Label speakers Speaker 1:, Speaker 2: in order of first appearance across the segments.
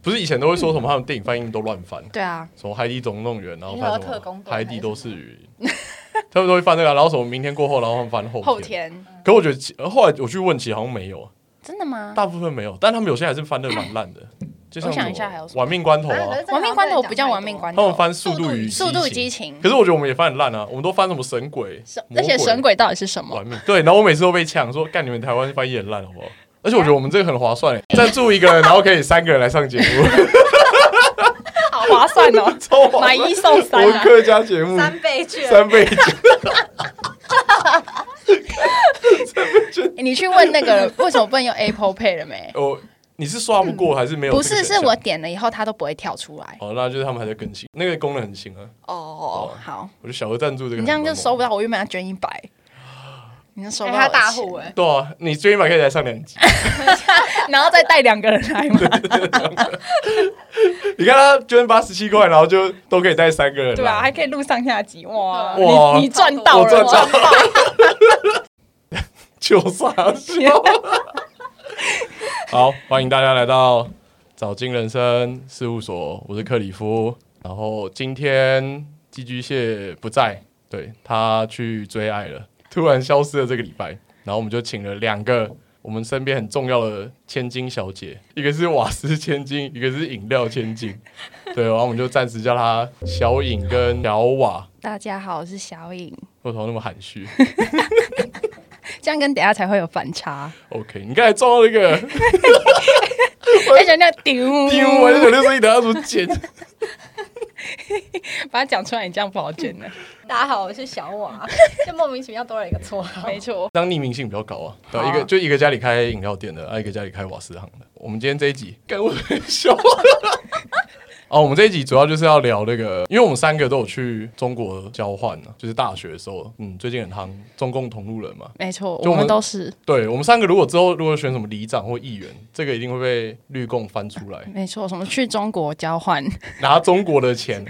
Speaker 1: 不是以前都会说什么他们电影翻译都乱翻，
Speaker 2: 对啊，
Speaker 1: 什么《海底总动员》，然后
Speaker 3: 银河
Speaker 1: 翻什
Speaker 3: 特
Speaker 1: 么
Speaker 3: 工
Speaker 1: 《
Speaker 3: 队
Speaker 1: 海底都是雨》，他们都会翻这个啊，然后什么明天过后，然后他们翻后
Speaker 2: 后。天
Speaker 1: 可我觉得其呃后来我去问，其实好像没有，
Speaker 2: 真的吗？
Speaker 1: 大部分没有，但他们有些还是翻的蛮烂的，就像
Speaker 2: 我
Speaker 1: 什
Speaker 2: 想
Speaker 1: 么
Speaker 2: 一下还有什
Speaker 1: 玩命关头》啊，
Speaker 2: 亡命关头不叫亡命
Speaker 3: 头，
Speaker 2: 关
Speaker 1: 他们
Speaker 2: 头，
Speaker 1: 翻《速度与
Speaker 2: 速度与
Speaker 1: 激
Speaker 2: 激
Speaker 1: 情》，
Speaker 2: 情
Speaker 1: 可。是我觉得我们也翻很烂啊，我们都翻什么神鬼
Speaker 2: 什、
Speaker 1: 魔
Speaker 2: 那些神鬼到底是什么？
Speaker 1: 玩命，对，然后我每次都被呛说，干你们台湾翻译很烂好不好？而且我觉得我们这个很划算欸，赞助一个人，然后可以三个人来上节目，，
Speaker 2: 好划算 哦
Speaker 1: 超划
Speaker 2: 买
Speaker 1: 算
Speaker 2: 一送 三
Speaker 1: 我们
Speaker 2: 啊！
Speaker 1: 客家节目
Speaker 3: 三倍券，
Speaker 1: 三倍券，
Speaker 2: 欸 你去问那个人为什么不能用 Apple Pay 了没？
Speaker 1: 哦，你是刷不 过还是没有？
Speaker 2: 不是，是我。点了以后它都不会跳出来。
Speaker 1: 哦，那就是他们还在更新，那个功能很新啊。
Speaker 2: 哦，好，
Speaker 1: 我觉得小额赞助这个
Speaker 2: 你
Speaker 1: 很
Speaker 2: 这样就
Speaker 1: 猛
Speaker 2: 收不到，我原本要捐一百，你 就收不到
Speaker 3: 哎他
Speaker 2: 我的
Speaker 3: 大
Speaker 2: 钱
Speaker 3: 户，哎，
Speaker 1: 对啊，你最近版可以来上两集。
Speaker 2: 然后再带两个人来
Speaker 1: 啊
Speaker 2: 嘛，
Speaker 1: 你看他捐八十七块，然后就都可以带三个人来。
Speaker 2: 对啊吧？还可以录上下集，哇，
Speaker 1: 哇
Speaker 2: 你你赚到
Speaker 1: 我
Speaker 2: 了，
Speaker 1: 赚
Speaker 2: 哇
Speaker 1: 到了， 就傻笑。好，欢迎大家来到早金人生事务所，我是克里夫。然后今天寄居蟹不在，对他去追爱了，突然消失了这个礼拜。然后我们就请了两个我们身边很重要的千金小姐，一个是瓦斯千金，一个是饮料千金。对，然后我们就暂时叫她小饮跟小瓦。
Speaker 2: 大家好，我是小颖，
Speaker 1: 为什么那么含蓄？
Speaker 2: 这样跟等一下才会有反差。
Speaker 1: OK，你刚才撞到那 个
Speaker 2: 而且那丢
Speaker 1: 丢，我就想六十一，等下怎么剪？
Speaker 2: 把它讲出来，你这样不好剪的。
Speaker 3: 大家好，我是小瓦，就莫名其妙多了一个绰号，
Speaker 2: 没错，
Speaker 1: 当匿名性比较高啊，对啊，
Speaker 2: 好啊
Speaker 1: 一个就一个家里开饮料店的，啊，一个家里开瓦斯行的。我们今天这一集，干我很 笑。哦，我们这一集主要就是要聊那个，因为我们三个都有去中国交换呢、啊，就是大学的时候，嗯，最近很夯中共同路人嘛。
Speaker 2: 没错，
Speaker 1: 就我
Speaker 2: 我
Speaker 1: 们
Speaker 2: 们都是
Speaker 1: 对我们三个，如果之后如果选什么里长或议员，这个一定会被绿共翻出来，
Speaker 2: 没错，什么去中国交换，
Speaker 1: 拿中国的钱，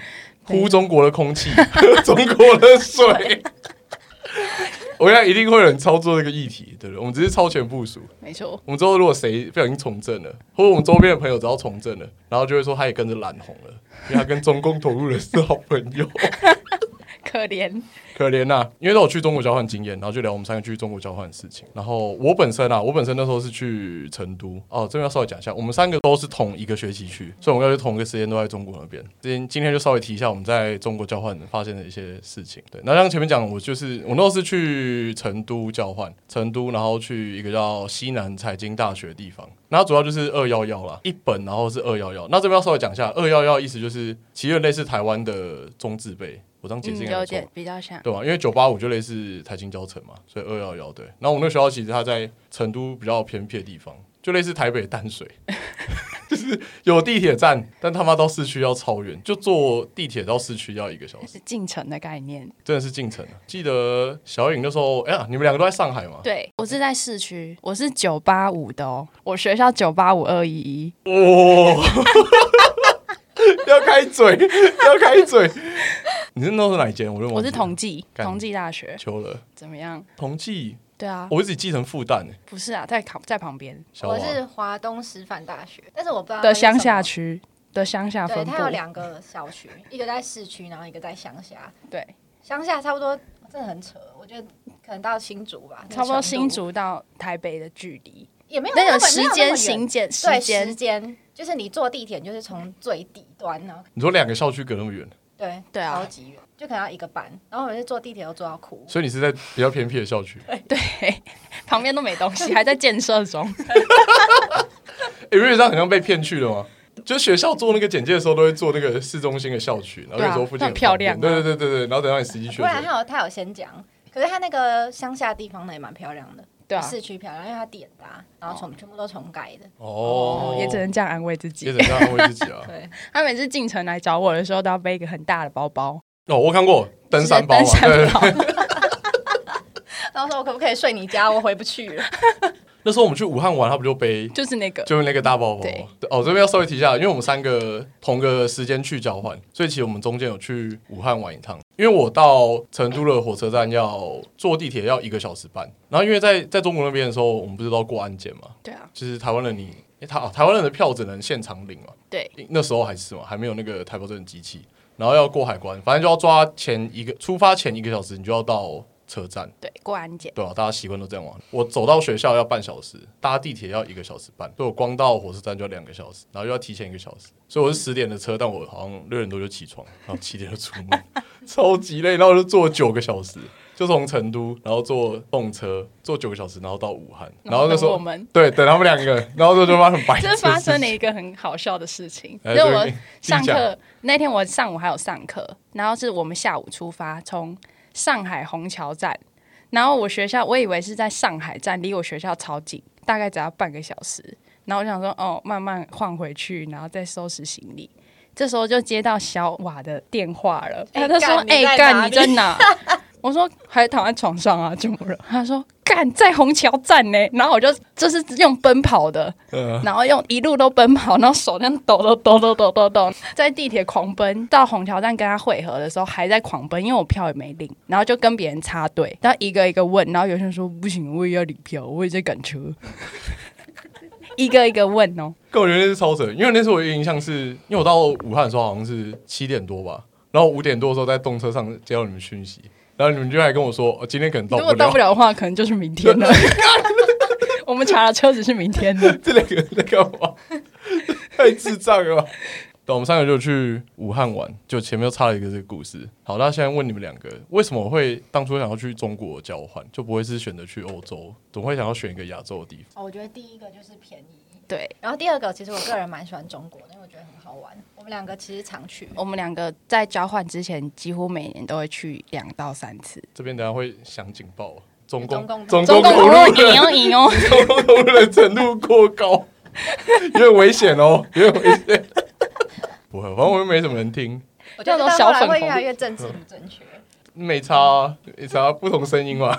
Speaker 1: 呼中国的空气， 喝中国的水。 我想一定会有人操作这个议题，对不对？我们只是超前部署。
Speaker 2: 没错，
Speaker 1: 我们之后如果谁不小心从政了，或者我们周边的朋友只要从政了，然后就会说他也跟着染红了，因为他跟中共投入人是好朋友，
Speaker 2: 可怜。嗯
Speaker 1: 可怜呐、因为都有去中国交换经验，然后就聊我们三个去中国交换的事情。然后我本身啊，我本身那时候是去成都哦，这边要稍微讲一下，我们三个都是同一个学期去，所以我们要是同一个时间都在中国那边。今今天就稍微提一下我们在中国交换发现的一些事情。对，那像前面讲，我就是我那时候是去成都交换，成都然后去一个叫西南财经大学的地方，那主要就是二幺幺啦，一本然后是二幺幺。那这边要稍微讲一下，二幺幺意思就是其实有点类似台湾的中字辈。我这样解释应该没
Speaker 2: 有
Speaker 1: 错吧
Speaker 2: 点比较像，
Speaker 1: 对吧、因为九八五就类似台青教城嘛，所以二幺幺对。然后我们那个学校其实它在成都比较偏僻的地方，就类似台北淡 水，就是有地铁站，但他妈到市区要超远，就坐地铁到市区要一个小时，
Speaker 2: 是进城的概念。
Speaker 1: 真的是进城啊！记得小颖那时候，哎呀，你们两个都在上海嘛？
Speaker 2: 对我是在市区，我是九八五的哦，我学校九八五二一一，
Speaker 1: 哇、哦 要开嘴，要开嘴！你是那时候哪一间？我就忘记了
Speaker 2: 我是同济，
Speaker 1: 干
Speaker 2: 同济大学
Speaker 1: 秋了，
Speaker 2: 怎么样？
Speaker 1: 同济，
Speaker 2: 对啊，
Speaker 1: 我一直记成复旦、欸，
Speaker 2: 不是啊，在旁在旁边
Speaker 1: 小
Speaker 3: 我
Speaker 1: 王
Speaker 3: 是华东师范大学，但是我不知道它
Speaker 2: 的
Speaker 3: 是啊什么
Speaker 2: 乡下区的乡下
Speaker 3: 对，
Speaker 2: 分布
Speaker 3: 它，有两个校区，一个在市区，然后一个在乡下。
Speaker 2: 对，
Speaker 3: 乡下差不多，真的很扯。我觉得可能到新竹吧，那个
Speaker 2: 差不多
Speaker 3: 程度
Speaker 2: 新竹到台北的距离，
Speaker 3: 也没有
Speaker 2: 那
Speaker 3: 么
Speaker 2: 种时
Speaker 3: 没有那么
Speaker 2: 间
Speaker 3: 远
Speaker 2: 行检
Speaker 3: 对
Speaker 2: 时
Speaker 3: 时
Speaker 2: 间，
Speaker 3: 间，就是你坐地铁你就是从最底端呢、
Speaker 1: 你说两个校区隔那么远。
Speaker 3: 对
Speaker 2: 对啊
Speaker 3: 超级远，就可能要一个班。然后我就坐地铁又坐到哭，
Speaker 1: 所以你是在比较偏僻的校区，
Speaker 2: 旁边都没东西，还在建设 中。
Speaker 1: 欸因为这样好像被骗去了吗？就是学校做那个简介的时候，都会做那个市中心的校区，然后
Speaker 2: 对
Speaker 1: 有
Speaker 2: 啊
Speaker 1: 时候附近
Speaker 2: 那很漂亮啊
Speaker 1: 对对对对对，然后等到你实际去
Speaker 3: 不
Speaker 1: 的
Speaker 3: 然
Speaker 1: 时候，
Speaker 3: 他有他有先讲。可是他那个乡下地方呢也蛮漂亮的，
Speaker 2: 对啊，
Speaker 3: 市区漂亮，因为它点搭，然后重、全部都重盖的。。
Speaker 1: 哦，
Speaker 2: 也只能这样安慰自
Speaker 1: 也
Speaker 2: 己。
Speaker 1: 只能这样安慰自己啊
Speaker 3: 对，
Speaker 2: 他每次进城来找我的时候，都要背一个很大的包包，
Speaker 1: 哦，我看过登山包嘛，
Speaker 2: 就是
Speaker 1: 对
Speaker 2: 登
Speaker 1: 对
Speaker 2: 山
Speaker 1: 对。
Speaker 2: 包。
Speaker 3: 然后说我可不可以睡你家？我回不去了。
Speaker 1: 那时候我们去武汉玩，他不就背
Speaker 2: 就是那个，
Speaker 1: 就是那个大包包
Speaker 2: 对
Speaker 1: 吗。对哦，这边要稍微提一下，因为我们三个同个时间去交换，所以其实我们中间有去武汉玩一趟。因为我到成都的火车站要坐地铁要一个小时半，然后因为在在中国那边的时候，我们不是都要过安检嘛，
Speaker 2: 对啊，
Speaker 1: 就是台湾人你诶台哦台湾人的票只能现场领嘛，
Speaker 2: 对，
Speaker 1: 那时候还是嘛，还没有那个台胞证的机器，然后要过海关，反正就要抓前一个出发前一个小时，你就要到车站，
Speaker 2: 对，过安检。
Speaker 1: 对啊，大家习惯都这样玩。我走到学校要半小时，搭地铁要一个小时半，所以我光到火车站就要两个小时，然后又要提前一个小时，所以我是十点的车，但我好像六点多就起床，然后七点就出 门，超级累，然后就坐九个小时。就从成都，然后坐动车坐九个小时，然后到武汉，然后那时候
Speaker 2: 然后等我们
Speaker 1: 对等他们两个，然后这就发生很白痴的
Speaker 2: 这
Speaker 1: 事情，
Speaker 2: 发生了一个很好笑的事情，
Speaker 1: 哎
Speaker 2: 就是
Speaker 1: 对
Speaker 2: 我
Speaker 1: 你
Speaker 2: 上
Speaker 1: 自己讲
Speaker 2: 课那天，我上午还有上课，然后是我们下午出发，从上海虹桥站，然后我学校我以为是在上海站，离我学校超近，大概只要半个小时，然后我想说哦，慢慢换回去，然后再收拾行李。这时候就接到小瓦的电话了，
Speaker 3: 哎
Speaker 2: 他就说：“
Speaker 3: 干
Speaker 2: 哎
Speaker 3: 你、啊在哪
Speaker 2: 干，
Speaker 3: 里
Speaker 2: 你在哪？”我说：“还躺在床上啊，怎么了？”他说：“干，在虹桥站呢。”然后我就就是用奔跑的，
Speaker 1: 嗯
Speaker 2: 然后用一路都奔跑，然后手这样抖抖抖抖抖抖抖，在地铁狂奔到虹桥站跟他会合的时候还在狂奔，因为我票也没领，然后就跟别人插队，然后一个一个问，然后有些人说不行，我也要领票，我也在赶车， 一个一个问哦，
Speaker 1: 跟我觉得是超神，因为那时候我有印象是，因为我到武汉的时候好像是七点多吧，然后五点多的时候在动车上接到你们讯息，然后你们就还跟我说，哦、今天可能到
Speaker 2: 如
Speaker 1: 不
Speaker 2: 果到
Speaker 1: 了
Speaker 2: 不。了的话，可能就是明天了。我们查了车子是明 天的，
Speaker 1: 这两个人在干嘛？ 太智障了吧！对，我们三个就去武汉玩，就前面又插了一个这个故事。好，那现在问你们两个，为什么会当初想要去中国交换，就不会是选择去欧洲，总会想要选一个亚洲的地方？
Speaker 3: 哦，我觉得第一个就是便宜，
Speaker 2: 对
Speaker 3: 然后第二个其实我个人蛮喜欢中国的，因为我觉得很好玩。我们两个其实常去，
Speaker 2: 我们两个在交换之前，几乎每年都会去两到三次。
Speaker 1: 这边等一下会响警报，中共
Speaker 3: 中
Speaker 1: 中
Speaker 3: 共
Speaker 1: 共
Speaker 2: 同
Speaker 1: 同
Speaker 2: 路
Speaker 1: 路人
Speaker 2: 赢哦赢哦，
Speaker 1: 交通同路人程度过高，有点危险哦，有点危险。不会，反正我又没什么人听，
Speaker 3: 我觉得到后来会越来越政治不正确。
Speaker 1: 没差、啊，没差、啊，不同声音嘛。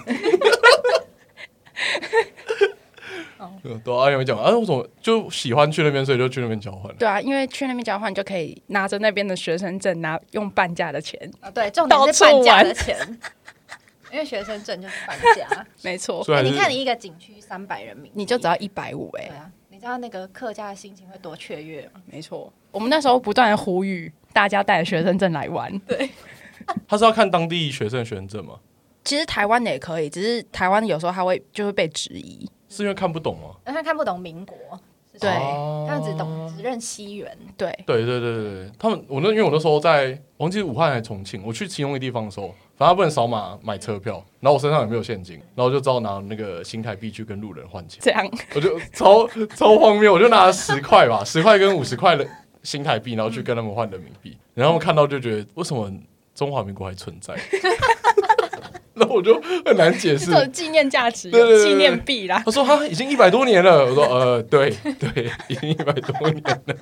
Speaker 3: 哦
Speaker 1: 嗯对啊，有没讲？啊，我怎么就喜欢去那边，所以就去那边交换了。
Speaker 2: 对啊，因为去那边交换就可以拿着那边的学生证拿用半价的钱，
Speaker 3: 啊，对，重点是半价的钱，因为学生证就是半 价。
Speaker 2: 没错，
Speaker 1: 所以还是
Speaker 3: 你看你一个景区三百人民币，
Speaker 2: 你就只要一百五
Speaker 3: 对
Speaker 2: 哎，
Speaker 3: 啊，你知道那个客家的心情会多雀跃
Speaker 1: 啊
Speaker 3: 吗？
Speaker 2: 没错。我们那时候不断的呼吁大家带着学生证来玩，
Speaker 1: 他是要看当地学生的学生证吗？
Speaker 2: 其实台湾的也可以，只是台湾有时候他会就会被质疑，
Speaker 1: 是因为看不懂吗？
Speaker 3: 因为他看不懂民国，是
Speaker 2: 对
Speaker 3: 谁
Speaker 1: 哦
Speaker 3: 他们只懂只认西元。
Speaker 2: 对，
Speaker 1: 对对对对对，他们我那因为我那时候在，我忘记是武汉还是重庆，我去其中一个地方的时候，反正他不能扫码买车票，然后我身上也没有现金，然后我就只好拿那个新台币去跟路人换钱。
Speaker 2: 这样
Speaker 1: 我就超超荒谬，我就拿了十块吧，十块跟五十块的新台币，然后去跟他们换人民币，然后他们看到就觉得为什么中华民国还存在？ 那我就很难解释
Speaker 2: 这。种纪念价值
Speaker 1: 对对
Speaker 2: 有
Speaker 1: 对对
Speaker 2: 纪念币啦。
Speaker 1: 他说他已经一百多年了，我说呃对对，已经一百多年了，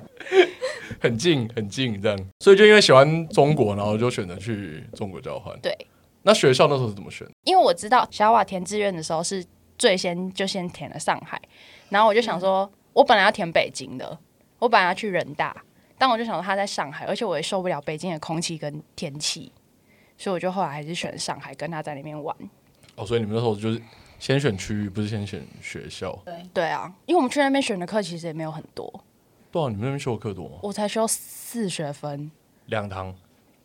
Speaker 1: 很近很近这样，所以就因为喜欢中国，然后就选择去中国交换。
Speaker 2: 对，
Speaker 1: 那学校那时候是怎么选？
Speaker 2: 因为我知道小瓦填志愿的时候是最先就先填了上海，然后我就想说，
Speaker 3: 嗯
Speaker 2: 我本来要填北京的，我本来要去人大，但我就想说他在上海，而且我也受不了北京的空气跟天气，所以我就后来还是选上海，跟他在那边玩。
Speaker 1: 哦，所以你们那时候就是先选区域，不是先选学校。
Speaker 3: 对，
Speaker 2: 对啊，因为我们去那边选的课其实也没有很多，
Speaker 1: 对啊，你们那边修的课多吗？
Speaker 2: 我才修四学分，
Speaker 1: 两堂。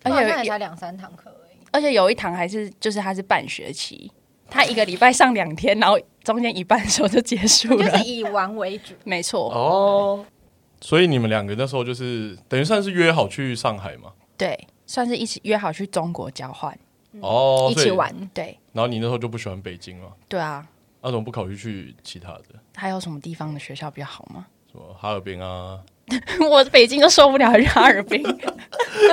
Speaker 2: 而
Speaker 3: 好像
Speaker 2: 且
Speaker 3: 啊也
Speaker 2: 有
Speaker 3: 才两三堂课而已。
Speaker 2: 而且有一堂还是就是他是半学期，他一个礼拜上两天，然后中间一半的时候就结束
Speaker 3: 就
Speaker 2: 了
Speaker 3: 是。以玩为主，
Speaker 2: 没错，
Speaker 1: 哦，所以你们两个那时候就是等于算是约好去上海嘛？
Speaker 2: 对，算是一起约好去中国交换。
Speaker 1: 哦，
Speaker 2: 嗯一
Speaker 1: 所
Speaker 2: 起
Speaker 1: 以。
Speaker 2: 玩。对
Speaker 1: 然后你那时候就不喜欢北京嘛？
Speaker 2: 对啊，
Speaker 1: 那、怎么不考虑去其他的？
Speaker 2: 还有什么地方的学校比较好吗？
Speaker 1: 什么哈尔滨啊？
Speaker 2: 我北京都受不了，还是哈尔滨，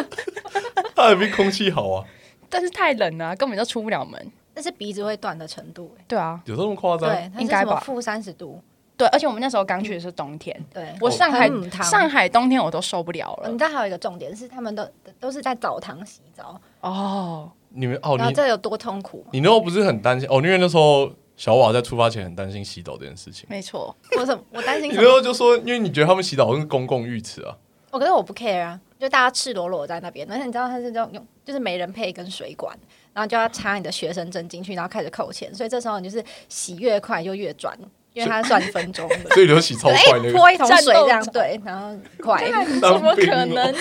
Speaker 1: 哈尔滨空气好啊，
Speaker 2: 但是太冷了、根本就出不了门。
Speaker 3: 那是鼻子会断的程度、欸。
Speaker 2: 对啊，
Speaker 1: 有这么夸张？
Speaker 3: 对，它是
Speaker 2: 应该
Speaker 3: 什么
Speaker 2: 吧
Speaker 3: 负三十度。
Speaker 2: 对，而且我们那时候刚去的是冬天，哦嗯
Speaker 3: 对，
Speaker 2: 我上海、
Speaker 3: 很母汤
Speaker 2: 上海冬天我都受不了了
Speaker 3: 你知。道还有一个重点是，他们都都是在澡堂洗澡，
Speaker 2: 哦，
Speaker 1: 你们哦，
Speaker 3: 然后
Speaker 1: 你
Speaker 3: 这有多痛苦吗？
Speaker 1: 你那时候不是很担心哦？因为那时候小瓦在出发前很担心洗澡这件事情。
Speaker 2: 没错，
Speaker 3: 我怎么我担心
Speaker 1: 你
Speaker 3: 什
Speaker 1: 那时候
Speaker 3: 么？
Speaker 1: 就说，因为你觉得他们洗澡好像是公共浴池啊，
Speaker 3: 我可是我不 care 啊，就大家赤裸裸在那边，但是你知道他是这种用，就是没人配一根水管，然后就要插你的学生证进去，然后开始扣钱，所以这时候你就是洗越快就越赚，因为它算分钟的。
Speaker 1: 所以流洗 超快那个。
Speaker 3: 哎，泼一桶水这样
Speaker 2: 战斗
Speaker 3: 对，啊然后快。
Speaker 2: 怎么可能呢、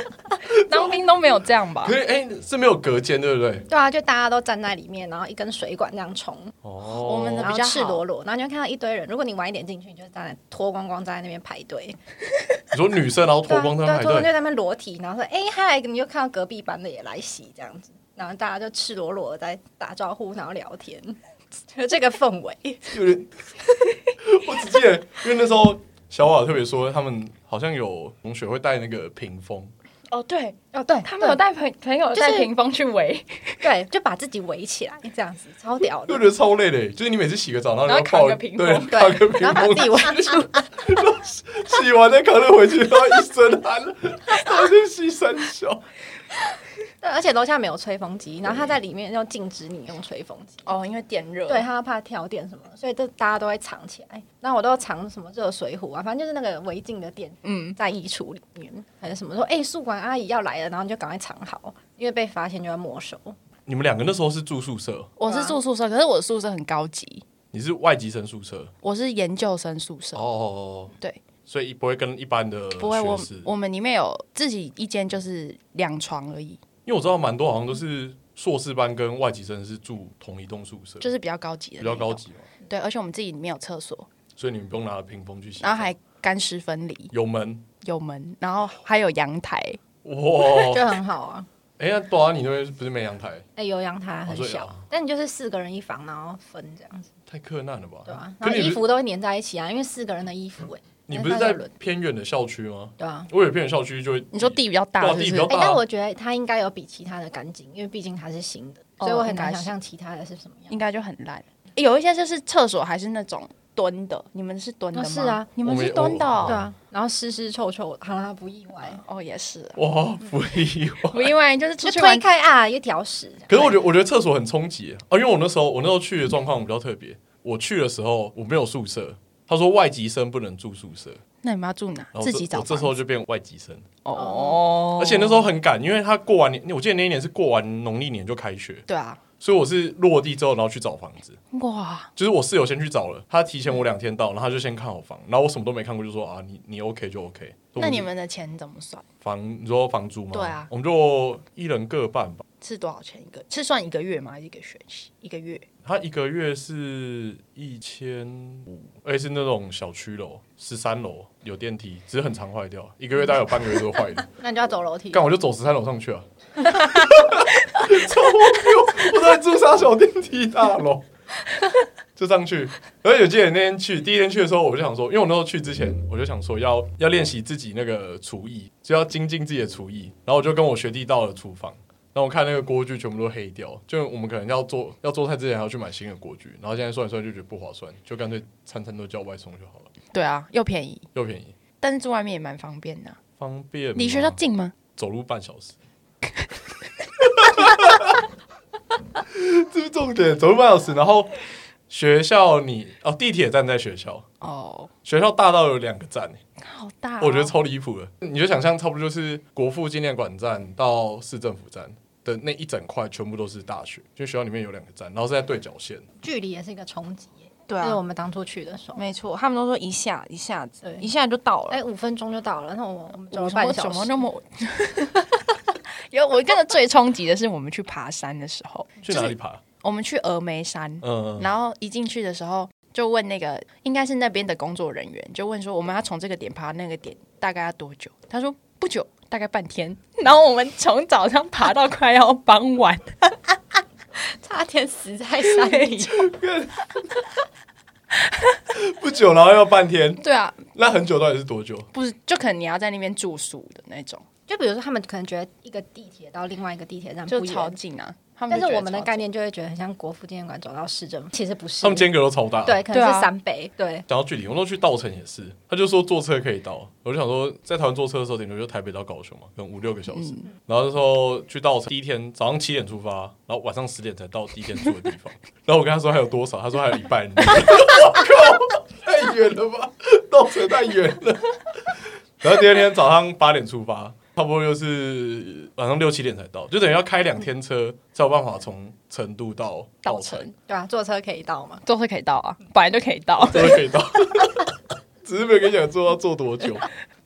Speaker 2: 当兵都没有这样吧
Speaker 1: 可？是哎、是没有隔间对不对？
Speaker 3: 对啊，就大家都站在里面，然后一根水管这样冲，
Speaker 1: 哦，
Speaker 2: 我们的
Speaker 3: 然
Speaker 2: 比
Speaker 3: 后
Speaker 2: 较
Speaker 3: 赤
Speaker 2: 好
Speaker 3: 裸裸，然后你会看到一堆人。如果你晚一点进去，你就站在脱光光站在那边排队，
Speaker 1: 你说女生然后
Speaker 3: 对
Speaker 1: 脱
Speaker 3: 啊，
Speaker 1: 光在
Speaker 3: 对
Speaker 1: 那
Speaker 3: 啊，
Speaker 1: 排
Speaker 3: 脱光就
Speaker 1: 队，
Speaker 3: 在那边裸体，然后说：“哎嗨！”你就看到隔壁班的也来洗这样子，然后大家就赤裸裸的在打招呼，然后聊天， 就这个氛围。
Speaker 1: 有点， 我只记得，因为那时候小瓦特别说，他们好像有同学会带那个屏风，
Speaker 2: 哦，对
Speaker 3: 哦，对，
Speaker 2: 他们有带朋朋友
Speaker 3: 就是
Speaker 2: 带屏风去围，
Speaker 3: 对，就把自己围起来这样子，超屌
Speaker 1: 就
Speaker 3: 的
Speaker 1: 觉。得超累的，就是你每次洗个澡，然后你
Speaker 2: 然
Speaker 1: 要
Speaker 2: 后扛
Speaker 1: 抱
Speaker 2: 个屏
Speaker 1: 对，
Speaker 2: 风
Speaker 1: 扛个
Speaker 3: 然后把
Speaker 1: 屏
Speaker 3: 自己
Speaker 1: 风，
Speaker 3: 围，
Speaker 1: 洗完再扛着回去，然后一身汗， 然后就洗三小。
Speaker 3: 对而且楼下没有吹风机，然后他在里面又禁止你用吹风机，
Speaker 2: 哦，因为点热，
Speaker 3: 对，他怕跳电什么的，所以这大家都会藏起来。那我都藏什么热水壶啊，反正就是那个违禁的店
Speaker 2: 嗯，
Speaker 3: 在衣橱里面，还是什么说，哎、宿管阿姨要来了，然后你就赶快藏好，因为被发现就要没收。
Speaker 1: 你们两个那时候是住宿舍，
Speaker 2: 我是住宿舍，可是我的宿舍很高级，
Speaker 1: 你是外籍生宿舍
Speaker 2: 我是研究生宿舍，
Speaker 1: 哦，
Speaker 2: 对，
Speaker 1: 所以不会跟一般的
Speaker 2: 不会，
Speaker 1: 学
Speaker 2: 我
Speaker 1: 士，
Speaker 2: 我们里面有自己一间就是两床而已，
Speaker 1: 因为我知道蛮多好像都是硕士班跟外籍生是住同一栋宿舍，
Speaker 2: 就是比较高级的，
Speaker 1: 比较高，级嘛，
Speaker 2: 对，而且我们自己里面有厕所，
Speaker 1: 所以你们不用拿屏风去洗澡，
Speaker 2: 然后还干湿分离，
Speaker 1: 有门
Speaker 2: 有门，然后还有阳台，
Speaker 1: 哇！
Speaker 3: 就很好啊。
Speaker 1: 哎呀，朵啊，你那边不是没阳台，
Speaker 3: 哎、有阳台很
Speaker 1: 哦所以
Speaker 3: 小，
Speaker 1: 啊
Speaker 3: 但你就是四个人一房，然后分这样子，
Speaker 1: 太困难了吧？
Speaker 3: 对啊？
Speaker 1: 哦可
Speaker 3: 然后
Speaker 1: 你
Speaker 3: 衣
Speaker 1: 不
Speaker 3: 服都会粘在一起啊，因为四个人的衣服、哎，
Speaker 1: 你不是
Speaker 3: 那
Speaker 1: 在
Speaker 3: 就轮
Speaker 1: 偏远的校区吗？
Speaker 3: 对啊。
Speaker 1: 我以为偏远校区就会
Speaker 2: 你说地比较大
Speaker 1: 对啊
Speaker 2: 是不
Speaker 1: 地
Speaker 2: 是
Speaker 1: 比较？
Speaker 3: 哎、
Speaker 1: 大啊
Speaker 3: 但我觉得它应该有比其他的干净，因为毕竟它是新的，
Speaker 2: 哦
Speaker 3: 所以我很难
Speaker 2: 应该
Speaker 3: 想
Speaker 2: 是
Speaker 3: 象其他的是什么样。
Speaker 2: 应该就很烂。有一些就是厕所还是那种蹲的，你们是蹲的吗？
Speaker 3: 哦是啊，
Speaker 2: 你们
Speaker 1: 我们
Speaker 2: 是
Speaker 1: 也
Speaker 2: 蹲的、
Speaker 1: 我
Speaker 2: 哦。
Speaker 3: 对啊，然后湿湿臭臭，好啦，不意外，
Speaker 2: 哦，也是啊，
Speaker 1: 哇，不意外。
Speaker 2: 不意外，哦就是出
Speaker 3: 就
Speaker 2: 去
Speaker 3: 推
Speaker 2: 玩，
Speaker 3: 开啊，一条屎。
Speaker 1: 可是我觉得，我觉得厕所很冲击啊，因为我那时候我那时候去的状况比较特别，我去的时候我没有宿舍，他说外籍生不能住宿舍，
Speaker 2: 那你们要住哪？
Speaker 1: 然后我
Speaker 2: 自
Speaker 1: 哦这
Speaker 2: 己找
Speaker 1: 我这时
Speaker 2: 房。
Speaker 1: 候就变外籍生，
Speaker 2: 哦，
Speaker 1: 而且那时候很赶，因为他过完年，我记得那一年是过完农历年就开学，
Speaker 2: 对啊，
Speaker 1: 所以我是落地之后然后去找房子，
Speaker 2: 哇，
Speaker 1: 就是我室友先去找了，他提前我两天到，然后他就先看好房，然后我什么都没看过，就说啊你你 OK 就 OK。
Speaker 2: 那你们的钱怎么算？
Speaker 1: 房你说房租吗？
Speaker 2: 对啊
Speaker 1: 我们就一人各半吧。
Speaker 2: 是多少钱一个？是算一个月吗？还是一个学期？一个月？
Speaker 1: 他一个月是一千五，而且是那种小区楼，十三楼有电梯，只是很常坏掉，一个月大概有半个月都坏的。
Speaker 3: 那你就要走楼梯
Speaker 1: 干，我就走十三楼上去啊！ 超荒谬！我在住沙小电梯大楼，就上去。而且我记得那天去第一天去的时候，我就想说，因为我那时候去之前，我就想说要要练习自己那个厨艺，就要精进自己的厨艺。然后我就跟我学弟到了厨房，然后我看那个锅具全部都黑掉，就我们可能要做要做菜之前还要去买新的锅具。然后现在算一算就觉得不划算，就干脆餐餐都叫外送就好了，
Speaker 2: 对啊，又便宜，
Speaker 1: 又便宜
Speaker 2: 但是住外面也蛮方便的啊。
Speaker 1: 方便吗。
Speaker 2: 离学校近吗？
Speaker 1: 走路半小 时。这是重点，走路半小时。然后学校你哦，地铁站在学校，
Speaker 2: 哦，
Speaker 1: 学校大道有两个站，
Speaker 2: 好大哦。
Speaker 1: 我觉得超离谱的。 你就想象差不多就是国父纪念馆站到市政府站的那一整块，全部都是大学，就学校里面有两个站，然后是在对角线。
Speaker 3: 距离也是一个冲击耶，
Speaker 2: 对
Speaker 3: 就是我
Speaker 2: 啊，
Speaker 3: 们当初去的时候，
Speaker 2: 没错，他们都说一下一下子
Speaker 3: 对，
Speaker 2: 一下就到了
Speaker 3: 哎、。五分钟就到了，那我我们走
Speaker 2: 我
Speaker 3: 了
Speaker 2: 怎么
Speaker 3: 半小
Speaker 2: 怎
Speaker 3: 时，
Speaker 2: 么那么？ 有我跟着最冲击的是，我们去爬山的时候，
Speaker 1: 去哪里爬？
Speaker 2: 我们去峨眉山，
Speaker 1: 嗯，
Speaker 2: 然后一进去的时候就问那个应该是那边的工作人员，就问说我们要从这个点爬到那个点大概要多久？他说不久，大概半天。然后我们从早上爬到快要傍晚，
Speaker 3: 差点死在山里。
Speaker 1: 不久，然后要半天，
Speaker 2: 对啊，
Speaker 1: 那很久到底是多久？
Speaker 2: 不是就可能你要在那边住宿的那种，
Speaker 3: 就比如说，他们可能觉得一个地铁到另外一个地铁站
Speaker 2: 就
Speaker 3: 不
Speaker 2: 超
Speaker 3: 远，
Speaker 2: 近啊。他们
Speaker 3: 但
Speaker 2: 就是觉得
Speaker 3: 我们的
Speaker 2: 超
Speaker 3: 概
Speaker 2: 近
Speaker 3: 念就会觉得很像国父纪念馆走到市政府，其实不是
Speaker 1: 他，们间隔都超大。
Speaker 3: 对，可能
Speaker 2: 对啊
Speaker 3: 是三倍，对，
Speaker 1: 讲到距离，我那时候去稻城也是，他就说坐车可以到，我就想说在台湾坐车的时候，顶多就台北到高雄嘛，可能五六个小时。然后那时候去稻城，第一天早上七点出发，然后晚上十点才到第一天住的地方。 然后我跟他说还有多少，他说还有一半。 我靠，太远了吧？稻城太远了。然后第二天早上八点出发，差不多就是晚上六七点才到，就等于要开两天车才有办法从成都到
Speaker 2: 到
Speaker 1: 城，
Speaker 2: 城
Speaker 3: 对吧、坐车可以到吗？
Speaker 2: 都是可以到啊，本来就可以到。
Speaker 1: 都可以到， 只是没有跟你讲坐要坐多久。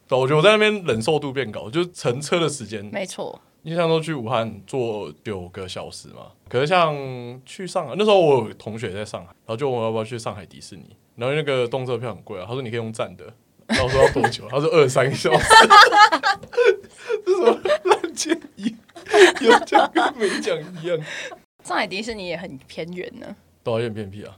Speaker 1: 对，我觉得我在那边忍受度变高，就是乘车的时间，
Speaker 2: 没错，
Speaker 1: 印象中去武汉坐九个小时嘛，可是像去上海那时候，我有同学在上海，然后就问我要不要去上海迪士尼，然后那个动车票很贵啊，他说你可以用站的，然后我说要多久？他说二三个小时， 这什么烂建议？ 有讲跟没讲一样，
Speaker 2: 上海迪士尼也很偏远呢。
Speaker 1: 导演偏僻啊。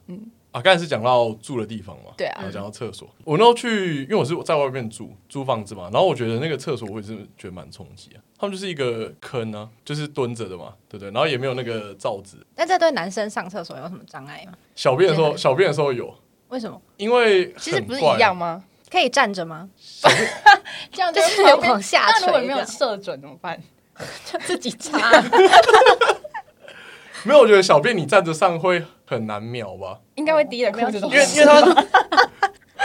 Speaker 1: 啊，刚才是讲到住的地方嘛，
Speaker 2: 嗯对啊
Speaker 1: 然后讲到厕所，我那时候去，因为我是在外面住租房子嘛，然后我觉得那个厕所我也是觉得蛮冲击啊，他们就是一个坑啊，就是蹲着的嘛，对不对？然后也没有那个罩子，
Speaker 3: 那这对男生上厕所有什么障碍吗？
Speaker 1: 小便的时候，小便的时候有，
Speaker 3: 为什么
Speaker 1: 因为
Speaker 2: 其实不
Speaker 1: 很
Speaker 2: 是
Speaker 1: 怪啊
Speaker 2: 一样吗？
Speaker 3: 可以站着吗？
Speaker 2: 这样
Speaker 3: 就是
Speaker 2: 旁边
Speaker 3: 往下
Speaker 2: 那如果没
Speaker 3: 垂这
Speaker 2: 有
Speaker 3: 样
Speaker 2: 射准怎么办？
Speaker 3: 就自己擦，
Speaker 1: 没有，我觉得小便你站着上会很难瞄吧，
Speaker 2: 应该会滴的裤子 都
Speaker 1: 因为因为他，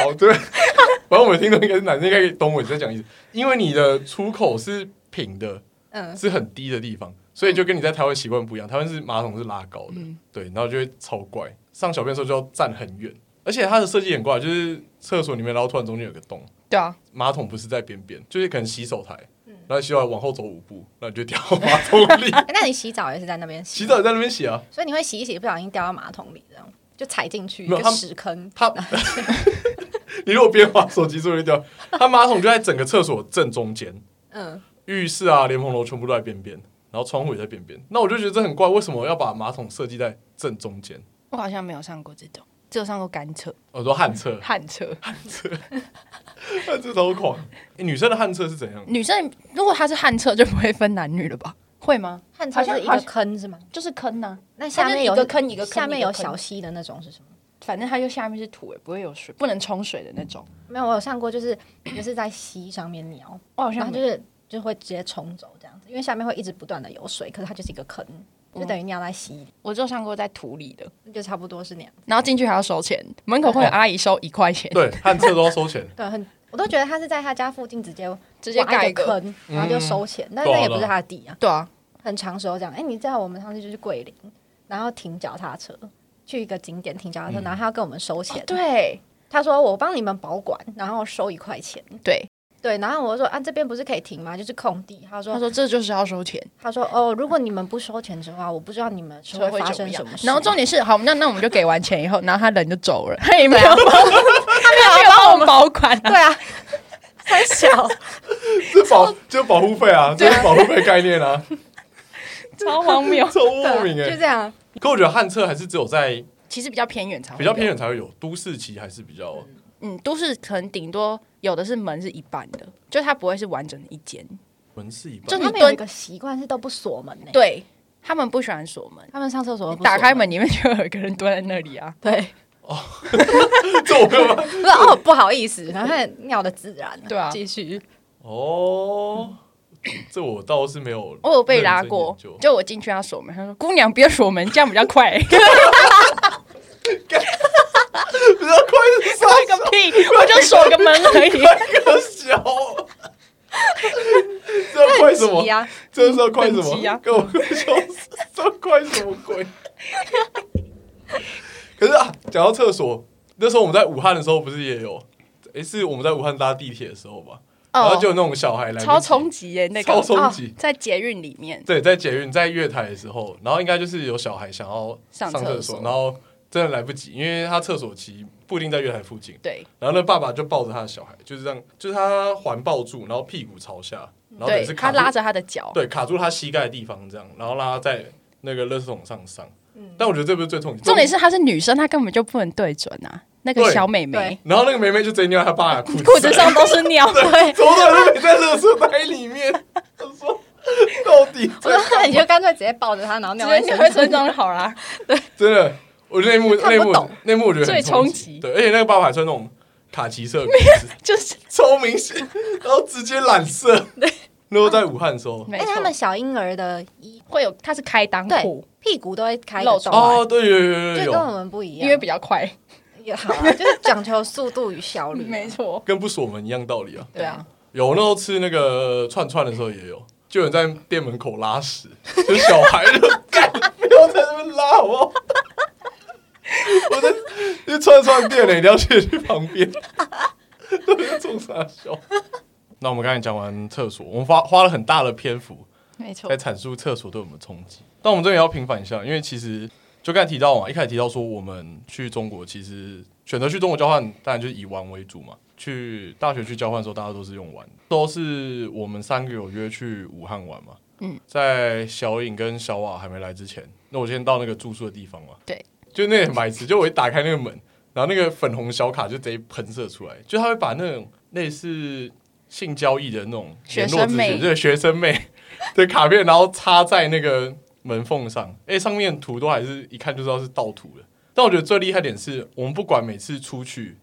Speaker 1: 哦对， 反正我们听众应该是男生，应该可以懂我在讲意思，因为你的出口是平的，
Speaker 3: 嗯，
Speaker 1: 是很低的地方，所以就跟你在台湾习惯不一样。台湾是马桶是拉高的，对，然后就会超怪。上小便的时候就要站很远，而且它的设计很怪，就是厕所里面，然后突然中间有个洞，
Speaker 2: 对啊，
Speaker 1: 马桶不是在边边，就是可能洗手台，然后洗手台往后走五步，那你就掉到马桶里。
Speaker 3: 欸那你洗澡也是在那边洗
Speaker 1: 洗，澡也在那边洗啊，
Speaker 3: 所以你会洗一洗，不小心掉到马桶里，这样就踩进去一
Speaker 1: 没有
Speaker 3: 个
Speaker 1: 他们
Speaker 3: 屎坑。
Speaker 1: 他， 你如果边滑手机就会掉，他马桶就在整个厕所正中间，
Speaker 3: 嗯，
Speaker 1: 浴室啊、莲蓬头全部都在边边，然后窗户也在边边。那我就觉得这很怪，为什么要把马桶设计在正中间？
Speaker 2: 我好像没有上过这种，只有上过干车、
Speaker 1: 我说旱 厕，
Speaker 2: 旱车。
Speaker 1: 旱厕超 狂。欸女生的旱厕是 怎样？
Speaker 2: 女生如果她是旱厕，就不会分男女了吧？会吗？
Speaker 3: 汗车就是一
Speaker 2: 好
Speaker 3: 个
Speaker 2: 像
Speaker 3: 坑是吗？
Speaker 2: 就是坑啊呐、
Speaker 3: 那
Speaker 2: 它
Speaker 3: 下
Speaker 2: 就是
Speaker 3: 面
Speaker 2: 一
Speaker 3: 有
Speaker 2: 个坑一个坑
Speaker 3: 下面
Speaker 2: 一个
Speaker 3: 有
Speaker 2: 坑
Speaker 3: 小溪的那种是什么？
Speaker 2: 反正它就下面是土、也不会有水，不能冲水的那种。
Speaker 3: 没有，我有上过，就是 也是在溪上面尿，
Speaker 2: 我好
Speaker 3: 然
Speaker 2: 像
Speaker 3: 后
Speaker 2: 没
Speaker 3: 就
Speaker 2: 有
Speaker 3: 是就会直接冲走这样子，因为下面会一直不断的有水，可是它就是一个坑，就等于尿在溪里，
Speaker 2: 我就上过在土里的，
Speaker 3: 那就差不多是那样。。
Speaker 2: 然后进去还要收钱，门口会有阿姨收一块钱，
Speaker 1: 对，旱厕都要收钱
Speaker 3: 对，很，我都觉得他是在他家附近直接
Speaker 2: 直接
Speaker 3: 挖
Speaker 2: 盖
Speaker 3: 一个嗯坑，然后就收钱，但
Speaker 1: 对啊
Speaker 3: 那也不
Speaker 1: 对啊
Speaker 3: 是他的地啊。
Speaker 2: 对啊，
Speaker 3: 很长时候这样。哎、你知道我们上次就是桂林，然后停脚踏车去一个景点停脚踏车，然后他要跟我们收钱。
Speaker 2: 对
Speaker 3: 他说我帮你们保管，然后收一块钱。
Speaker 2: 对，
Speaker 3: 对，然后我就说啊，这边不是可以停吗？就是空地。他说
Speaker 2: 他说这就是要收钱，
Speaker 3: 他说哦，如果你们不收钱的话，我不知道你们是会发
Speaker 2: 怎
Speaker 3: 生
Speaker 2: 么
Speaker 3: 什
Speaker 2: 样
Speaker 3: 么事。
Speaker 2: 然后重点是，好，那那我们就给完钱以后，然后他人就走 了，他也没有
Speaker 3: 他没有
Speaker 2: 帮我们保管 啊，
Speaker 3: 对啊，太小。
Speaker 1: 这保就是保护费 啊，这是保护费概念 啊，
Speaker 2: 超荒谬。
Speaker 1: 超莫名
Speaker 3: 啊就
Speaker 1: 哎。
Speaker 3: 这样，
Speaker 1: 可我觉得旱厕还是只有在
Speaker 2: 其实比较偏远才会
Speaker 1: 比较
Speaker 2: 有
Speaker 1: 偏远才会有，都市期还是比较
Speaker 2: 嗯，都市可能顶多有的是门是一半的，就它不会是完整的一间。
Speaker 1: 文饰一半。
Speaker 2: 就你
Speaker 3: 他们有
Speaker 2: 蹲
Speaker 3: 一个习惯是都不锁门呢、
Speaker 2: 对他们不喜欢锁门，
Speaker 3: 他们上厕所都不
Speaker 2: 打
Speaker 3: 锁
Speaker 2: 开，门里面就有一个人蹲在那里啊。
Speaker 3: 对，
Speaker 1: 这我没有办法
Speaker 3: 不是哦，不好意思，然后他尿的自然，
Speaker 2: 对啊
Speaker 3: 继续，
Speaker 1: 哦，这我倒是没有，
Speaker 2: 我有被拉过， 就我进去要锁门，他说：“姑娘，别锁门，这样比较快。
Speaker 1: 比较快是”
Speaker 2: 锁个 屁！我就锁个门而 已。
Speaker 1: 三个小。这要快什么
Speaker 3: 急？ 啊，
Speaker 1: 这是要快什
Speaker 2: 很急
Speaker 1: 么？
Speaker 2: 啊
Speaker 1: 跟我笑死，这要快什么鬼？ 可是啊，讲到厕所，那时候我们在武汉的时候，不是也有？诶，是我们在武汉搭地铁的时候吧？然后就有那种小孩来不及
Speaker 2: 哦超冲击耶！那个
Speaker 1: 超冲击
Speaker 2: 哦在捷运里面，
Speaker 1: 对，在捷运在月台的时候，然后应该就是有小孩想要
Speaker 2: 上
Speaker 1: 厕
Speaker 2: 厕所
Speaker 1: 然后真的来不及，因为他厕所其实不一定在月台附近。
Speaker 2: 对
Speaker 1: 然后那爸爸就抱着他的小孩，就是这样，就是他环抱住，然后屁股朝下，然后等于
Speaker 2: 对
Speaker 1: 是，
Speaker 2: 他
Speaker 1: 卡住
Speaker 2: 拉着他的脚，
Speaker 1: 对，卡住他膝盖的地方，这样，然后让他在那个垃圾桶上上。但我觉得这不是最痛，
Speaker 2: 重点是她是女生，她根本就不能对准啊。那个
Speaker 1: 对
Speaker 2: 小美眉
Speaker 3: 对
Speaker 1: 然后那个妹妹就直接尿他爸的裤子，
Speaker 2: 裤子上都是 尿，对，
Speaker 1: 走到那边在垃圾袋里面，他说到底在
Speaker 3: 我说那 你就干脆直接抱着他，然后尿 在
Speaker 2: 直接尿在
Speaker 3: 身
Speaker 2: 身
Speaker 3: 上。
Speaker 2: 上好啦。
Speaker 1: 真的，我觉得那一幕那
Speaker 3: 看
Speaker 1: 一
Speaker 3: 不
Speaker 1: 幕
Speaker 3: 懂
Speaker 1: 那一幕我觉得很
Speaker 2: 最
Speaker 1: 冲击，
Speaker 2: 冲击
Speaker 1: 对，而且那个爸爸还穿那种卡其色的裤子，
Speaker 2: 就是
Speaker 1: 超明显，然后直接染 色。然后在武汉的时候，
Speaker 2: 没
Speaker 3: 哎，
Speaker 2: 错，
Speaker 3: 他们小婴儿的衣
Speaker 2: 会有它是开裆
Speaker 3: 对
Speaker 2: 裤，
Speaker 3: 屁股都会开一个
Speaker 2: 漏
Speaker 3: 洞
Speaker 2: 洞
Speaker 3: 啊，
Speaker 1: 哦，对，有有有
Speaker 3: 就
Speaker 1: 有
Speaker 3: 跟
Speaker 1: 有，
Speaker 3: 我们不一样，
Speaker 2: 因为比较快，
Speaker 3: 也好啊，就是讲求速度与效率。
Speaker 2: 错，
Speaker 1: 跟不锁门一样道理啊。
Speaker 2: 嗯对啊，
Speaker 1: 有，我那时候吃那个串串的时候也有，就有人在店门口拉屎， 就是小孩就干，不要在那边拉好不好？ 我在那串串店呢，你要先去旁边， 都在冲傻笑。那我们刚才讲完厕所，我们花花了很大的篇幅
Speaker 3: 没错
Speaker 1: 在，阐述厕所对我们的冲击。但我们这边也要平反一下，因为其实就刚才提到嘛，一开始提到说我们去中国，其实选择去中国交换，当然就是以玩为主嘛。去大学去交换的时候，大家都是用玩，都是我们三个有约去武汉玩嘛。
Speaker 2: 嗯，
Speaker 1: 在小颖跟小瓦还没来之前，那我先到那个住宿的地方嘛。
Speaker 2: 对，
Speaker 1: 就那个白痴，就我一打开那个门，然后那个粉红小卡就直接喷射出来，就他会把那种类似性交易的那种
Speaker 2: 学
Speaker 1: 联
Speaker 2: 生
Speaker 1: 络资
Speaker 2: 妹
Speaker 1: 讯，对学生妹的卡片，然后插在那个门缝上，哎，上面图都还是一看就知道是盗图的。但我觉得最厉害点是我们不管每次出去，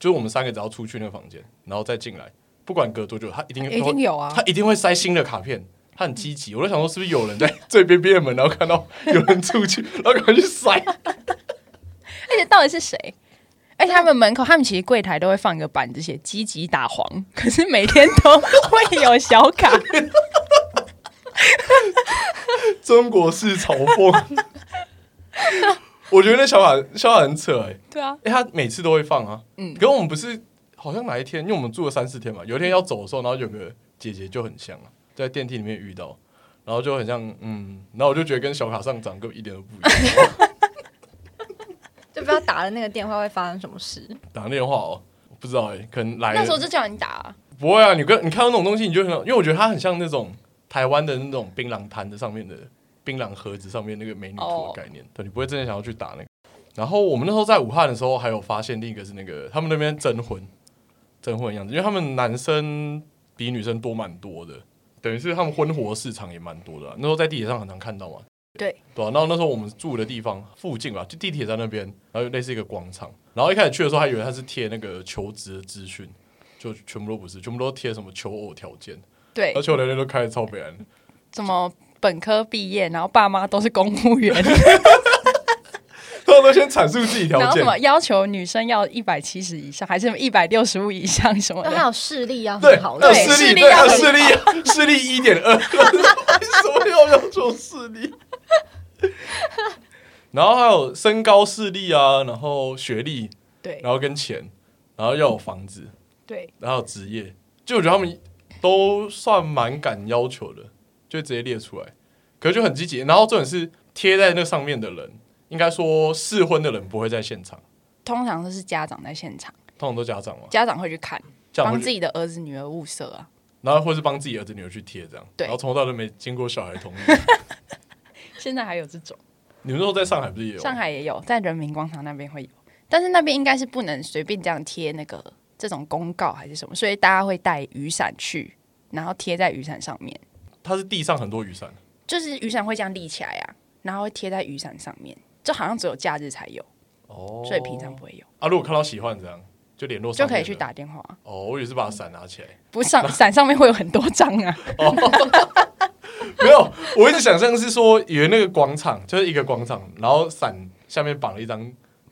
Speaker 1: 就是我们三个只要出去那个房间，然后再进来，不管隔多久，他一定
Speaker 2: 一定有啊
Speaker 1: 哎他，一定会塞新的卡片。他很积极，我就想说是不是有人在最边边的门，然后看到有人出去，然后赶快去塞。
Speaker 2: 而且到底是谁？而且他们门口，他们其实柜台都会放一个板子写“积极打黄”，可是每天都会有小卡，
Speaker 1: 中国式嘲讽。 我觉得那小卡小卡很扯哎、
Speaker 2: 对啊，
Speaker 1: 哎、他每次都会放啊。
Speaker 2: 嗯
Speaker 1: 嗯，可我们不是好像哪一天，因为我们住了三四天嘛，有一天要走的时候，然后有个姐姐就很像啊，在电梯里面遇到，然后就很像嗯，然后我就觉得跟小卡上长根本一点都不一样。
Speaker 3: 就不知道打了那个电话会发生什么事。
Speaker 1: 打电话哦，不知道哎、可能来了
Speaker 2: 那时候就叫你打、啊，不
Speaker 1: 不会啊，你跟你看到那种东西，你就很，因为我觉得它很像那种台湾的那种槟榔摊的上面的槟榔盒子上面那个美女图的概念对你不会真的想要去打那个。然后我们那时候在武汉的时候，还有发现另一个是那个他们那边征婚，征婚的样子，因为他们男生比女生多蛮多的，等于是他们婚活市场也蛮多的啊、那时候在地铁上很常看到嘛，
Speaker 2: 对
Speaker 1: 对啊，然后那时候我们住的地方附近啊吧，就地铁站那边，然后有类似一个广场。然后一开始去的时候还以为他是贴那个求职的资讯，就全部都不是，全部都贴什么求偶条件，
Speaker 2: 对
Speaker 1: 而，且我连都开的超北岸。
Speaker 2: 怎么本科毕业，然后爸妈都是公务 员，
Speaker 1: 他们都先阐述自己条
Speaker 2: 然后
Speaker 1: 件
Speaker 2: 什，么要求女生要一百七十以上，还是什么一百六十五以上什么
Speaker 3: 那还
Speaker 2: 的，
Speaker 3: 有视力要
Speaker 1: 对
Speaker 3: 很好，，
Speaker 1: 那
Speaker 2: 对
Speaker 1: 视
Speaker 2: 视
Speaker 1: 力
Speaker 2: 力
Speaker 1: 对，那
Speaker 2: 要很
Speaker 1: 视力视力一点二，为什么要要求视力？然后还有身高、视力啊，然后学历，
Speaker 2: 对
Speaker 1: 然后跟钱，然后要有房子，
Speaker 2: 对，
Speaker 1: 然后职业，就我觉得他们都算蛮敢要求的，就直接列出来，可是就很积极。然后重点是贴在那上面的人，应该说试婚的人不会在现场，
Speaker 2: 通常都是家长在现场，
Speaker 1: 通常都家长嘛，
Speaker 2: 家长会去看，
Speaker 1: 这样
Speaker 2: 帮
Speaker 1: 会
Speaker 2: 自己的儿子女儿物色啊，
Speaker 1: 然后或是帮自己儿子女儿去贴这样，
Speaker 2: 对
Speaker 1: 然后从头到尾都没经过小孩 同意。
Speaker 2: 现在还有这种。
Speaker 1: 你们那时候在上海不是也有？
Speaker 2: 上海也有，在人民广场那边会有，但是那边应该是不能随便这样贴那个这种公告还是什么，所以大家会带雨伞去，然后贴在雨伞上面，
Speaker 1: 它是地上很多雨伞，
Speaker 2: 就是雨伞会这样立起来啊，然后会贴在雨伞上面，就好像只有假日才有，
Speaker 1: 哦
Speaker 2: 所以平常不会有，
Speaker 1: 啊，如果看到喜欢这样，就联络
Speaker 2: 就
Speaker 1: 上面
Speaker 2: 可
Speaker 1: 的
Speaker 2: 以去。打电话。啊
Speaker 1: 哦，我也是把伞拿起来，
Speaker 2: 不上 伞上面会有很多张啊，
Speaker 1: 没有，我一直想象是说以为那个广场就是一个广场，然后伞下面绑了一张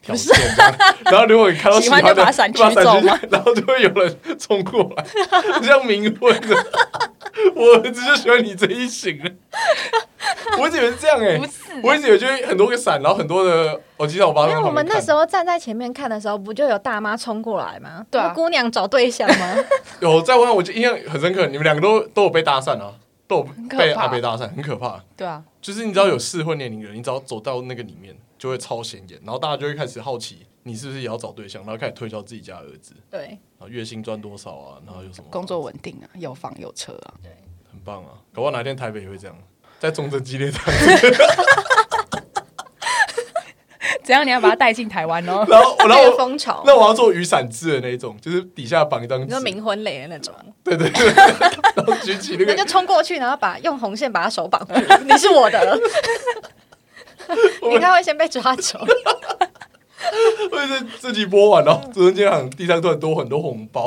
Speaker 1: 条件这样， 然后如果你看到
Speaker 2: 喜
Speaker 1: 喜
Speaker 2: 欢
Speaker 1: 欢
Speaker 2: 就
Speaker 1: 的，
Speaker 2: 把伞
Speaker 1: 就把
Speaker 2: 举走
Speaker 1: 举
Speaker 2: 吗
Speaker 1: 然后就会有人冲过来，像冥婚的。 我儿子就喜欢你这一型的，我一直以为是这样哎、
Speaker 2: 不是
Speaker 1: 我一直以为就是很多个伞，然后很多的，我哦记得我爸
Speaker 3: 因为
Speaker 1: 让
Speaker 3: 我们那时
Speaker 1: 候
Speaker 3: 候站在前面看的时候，不就有大妈冲过来吗？
Speaker 2: 对啊
Speaker 3: 那姑娘找对象吗？
Speaker 1: 有在问，我就印象很深刻，你们两个都都有被搭讪啊，都
Speaker 2: 可
Speaker 1: 有被
Speaker 2: 怕
Speaker 1: 阿北搭讪，很可怕。
Speaker 2: 对啊，
Speaker 1: 就是你知道有适婚年龄的人，你只要走到那个里面，就会超显眼，然后大家就会开始好奇你是不是也要找对象，然后开始推销自己家儿子，
Speaker 3: 对，
Speaker 1: 然后月薪赚多少啊，然后有什么
Speaker 2: 工 作稳定啊，有房有车啊，
Speaker 1: 很棒啊，搞不好哪天台北也会这样，在中正激烈战，？
Speaker 2: 怎样你要把他带进台湾哦
Speaker 1: 然后然后
Speaker 3: 这个
Speaker 1: 我
Speaker 3: 风潮，
Speaker 1: 那我要做雨伞制的那一种，就是底下绑一张
Speaker 3: 你
Speaker 1: 纸
Speaker 3: 说，冥婚类的那种，
Speaker 1: 对对 对，然后举起那
Speaker 3: 那就
Speaker 1: 个，
Speaker 3: 冲过去，然后把用红线把她手绑 住，你是我的，你应该会先被抓 走。
Speaker 1: 或者是自己播完，然后昨天好像地上突然多很多红包，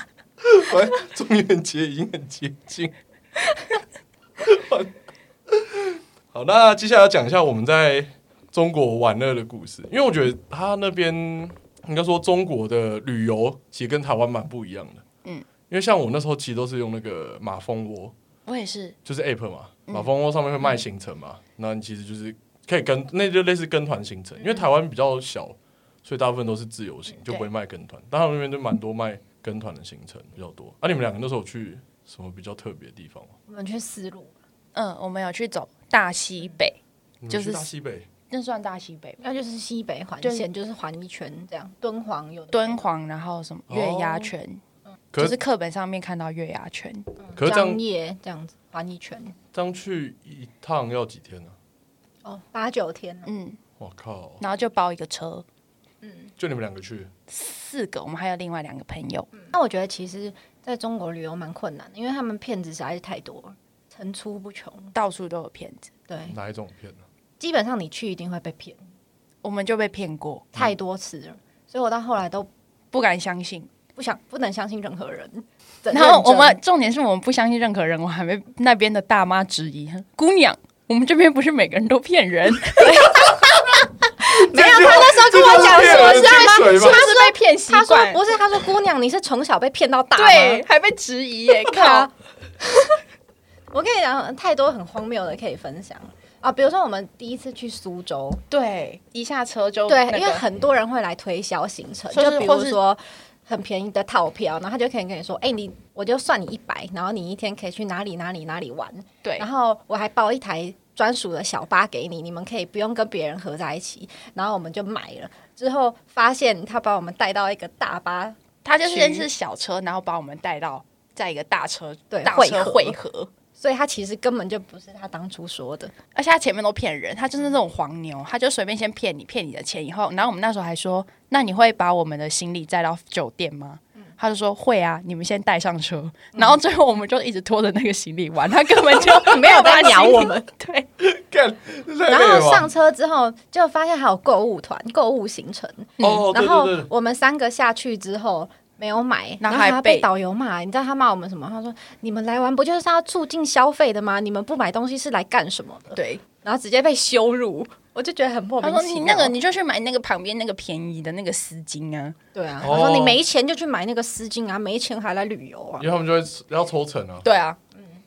Speaker 1: 完中元节已经很接近。完好，那接下来要讲一下我们在中国玩乐的故事，因为我觉得他那边应该说中国的旅游其实跟台湾蛮不一样的。嗯，因为像我那时候其实都是用那个马蜂窝，
Speaker 2: 我也是，
Speaker 1: 就是 app 嘛，马蜂窝上面会卖行程嘛，那、你其实就是可以跟那就类似跟团行程，因为台湾比较小，所以大部分都是自由行，就不会卖跟团。但他们那边就蛮多卖跟团的行程比较多。啊，你们两个那时候有去什么比较特别的地方吗？
Speaker 3: 我们去丝路，
Speaker 2: 嗯，我们有去走大西北，
Speaker 1: 你们
Speaker 2: 就是
Speaker 1: 去大西北，
Speaker 2: 那算大西北吧。
Speaker 3: 那就是西北环
Speaker 2: 对
Speaker 3: 线，就是环一圈这样。敦煌有的
Speaker 2: 敦煌，然后什么
Speaker 1: 哦
Speaker 2: 月牙泉，
Speaker 1: 可、
Speaker 2: 就是是课本上面看到月牙泉，
Speaker 1: 可是这
Speaker 3: 张
Speaker 1: 样
Speaker 3: 掖这样子环一圈，
Speaker 1: 这样去一趟要几天呢、
Speaker 3: 哦，八九天了。
Speaker 2: 嗯，
Speaker 1: 我靠！
Speaker 2: 然后就包一个车，
Speaker 1: 就你们两个去，
Speaker 2: 四个，我们还有另外两个朋友，
Speaker 3: 那我觉得其实在中国旅游蛮困难的，因为他们骗子实在是太多了，层出不穷。
Speaker 2: 到处都有骗子，
Speaker 3: 对，
Speaker 1: 哪一种片呢、
Speaker 3: 基本上你去一定会被骗，
Speaker 2: 我们就被骗过，
Speaker 3: 太多次了，所以我到后来都
Speaker 2: 不敢相信。
Speaker 3: 不想不能相信任何人。
Speaker 2: 然后我
Speaker 3: 认
Speaker 2: 们
Speaker 3: 真
Speaker 2: 重点是我们不相信任何人，我还被那边的大妈质疑，姑娘。我们这边不是每个人都骗人，
Speaker 3: 没有，他那时候跟我讲说
Speaker 1: 这
Speaker 3: 是
Speaker 1: 句话
Speaker 3: 他
Speaker 1: 骗人之
Speaker 3: 是
Speaker 1: 水吧
Speaker 3: 他
Speaker 2: 是被骗习
Speaker 3: 他说
Speaker 2: 惯，
Speaker 3: 不是，他说姑娘你是从小被骗到大吗？
Speaker 2: 对，还被质疑耶，靠
Speaker 3: 啊！我跟你讲，太多很荒谬的可以分享啊，比如说我们第一次去苏州，
Speaker 2: 对，一下车就
Speaker 3: 对
Speaker 2: 那，个
Speaker 3: 因为很多人会来推销行程，
Speaker 2: 说是
Speaker 3: 就比
Speaker 2: 或
Speaker 3: 如
Speaker 2: 是
Speaker 3: 说。很便宜的套票，然后他就可以跟你说：“哎、你我就算你一百，然后你一天可以去哪里哪里哪里玩。
Speaker 2: 对
Speaker 3: 然，后我还包一台专属的小巴给你，你们可以不用跟别人合在一起。”然后我们就买了，之后发现他把我们带到一个大巴
Speaker 2: 他就是
Speaker 3: 去
Speaker 2: 先是小车，然后把我们带到在一个大车
Speaker 3: 对
Speaker 2: 大
Speaker 3: 汇
Speaker 2: 车
Speaker 3: 合
Speaker 2: 汇合，
Speaker 3: 所以他其实根本就不是他当初说的。
Speaker 2: 而且他前面都骗人，他就是那种黄牛，他就随便先骗你，骗你的钱以后，然后我们那时候还说，那你会把我们的行李载到酒店吗？
Speaker 3: 嗯
Speaker 2: 他就说会啊，你们先带上车， 然后最后我们就一直拖着那个行李玩，他根本就
Speaker 3: 没有在
Speaker 2: 把
Speaker 3: 鸟
Speaker 2: 行李
Speaker 3: 我 们。
Speaker 2: 对，
Speaker 1: 干，这太
Speaker 3: 然
Speaker 1: 累了
Speaker 3: 后
Speaker 1: 吧
Speaker 3: 上车之后，就发现还有购物团、购物行程。
Speaker 1: 哦，对
Speaker 3: 然后
Speaker 1: 对对，
Speaker 3: 我们三个下去之后没有买，
Speaker 2: 然
Speaker 3: 然
Speaker 2: 后
Speaker 3: 后
Speaker 2: 还
Speaker 3: 还被
Speaker 2: 被
Speaker 3: 导游骂。你知道他骂我们什么？他说：“你们来玩不就是要促进消费的吗？你们不买东西是来干什么的
Speaker 2: 对，？”
Speaker 3: 然后直接被羞辱，我就觉得很莫
Speaker 2: 他
Speaker 3: 名
Speaker 2: 说
Speaker 3: 其
Speaker 2: 你
Speaker 3: 妙。
Speaker 2: 那个你就去买那个旁边那个便宜的那个丝巾啊，
Speaker 3: 对啊，
Speaker 1: 哦
Speaker 3: 他说你没钱就去买那个丝巾啊，没钱还来旅游啊
Speaker 1: 因。为他们就会要抽成啊。
Speaker 2: 对啊，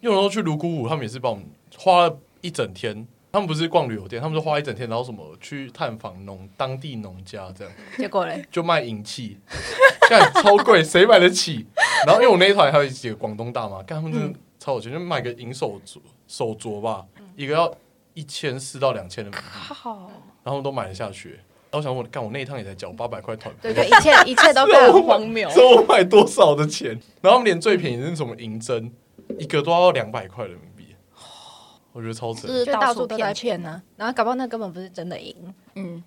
Speaker 1: 因为我那时候去泸沽湖，他们也是帮我们花了一整天。他们不是逛旅游店，他们就花一整天，然后什么去探访农当地农家，这样
Speaker 3: 结果嘞，
Speaker 1: 就卖银器， 干超贵，谁买得起？然后因为我那一团还有几个广东大妈，干他们真的超有钱，就买个银手镯手镯吧，一个要一千四到两千的，然
Speaker 2: 靠，
Speaker 1: 后他们都买了下去。然后我想我干，我那一趟也才缴八百块团费
Speaker 3: 对，就一 切一切都非常荒谬。
Speaker 1: 所以我买多少的钱？然后他们连最便宜的那什么银针，一个都要两百块人民币，我觉得超
Speaker 2: 就
Speaker 1: 值。
Speaker 2: 是
Speaker 3: 就
Speaker 2: 到
Speaker 3: 到
Speaker 2: 处
Speaker 3: 处都在
Speaker 2: 骗
Speaker 3: 骗呢、然后搞不好那根本不是真的赢。
Speaker 2: 嗯，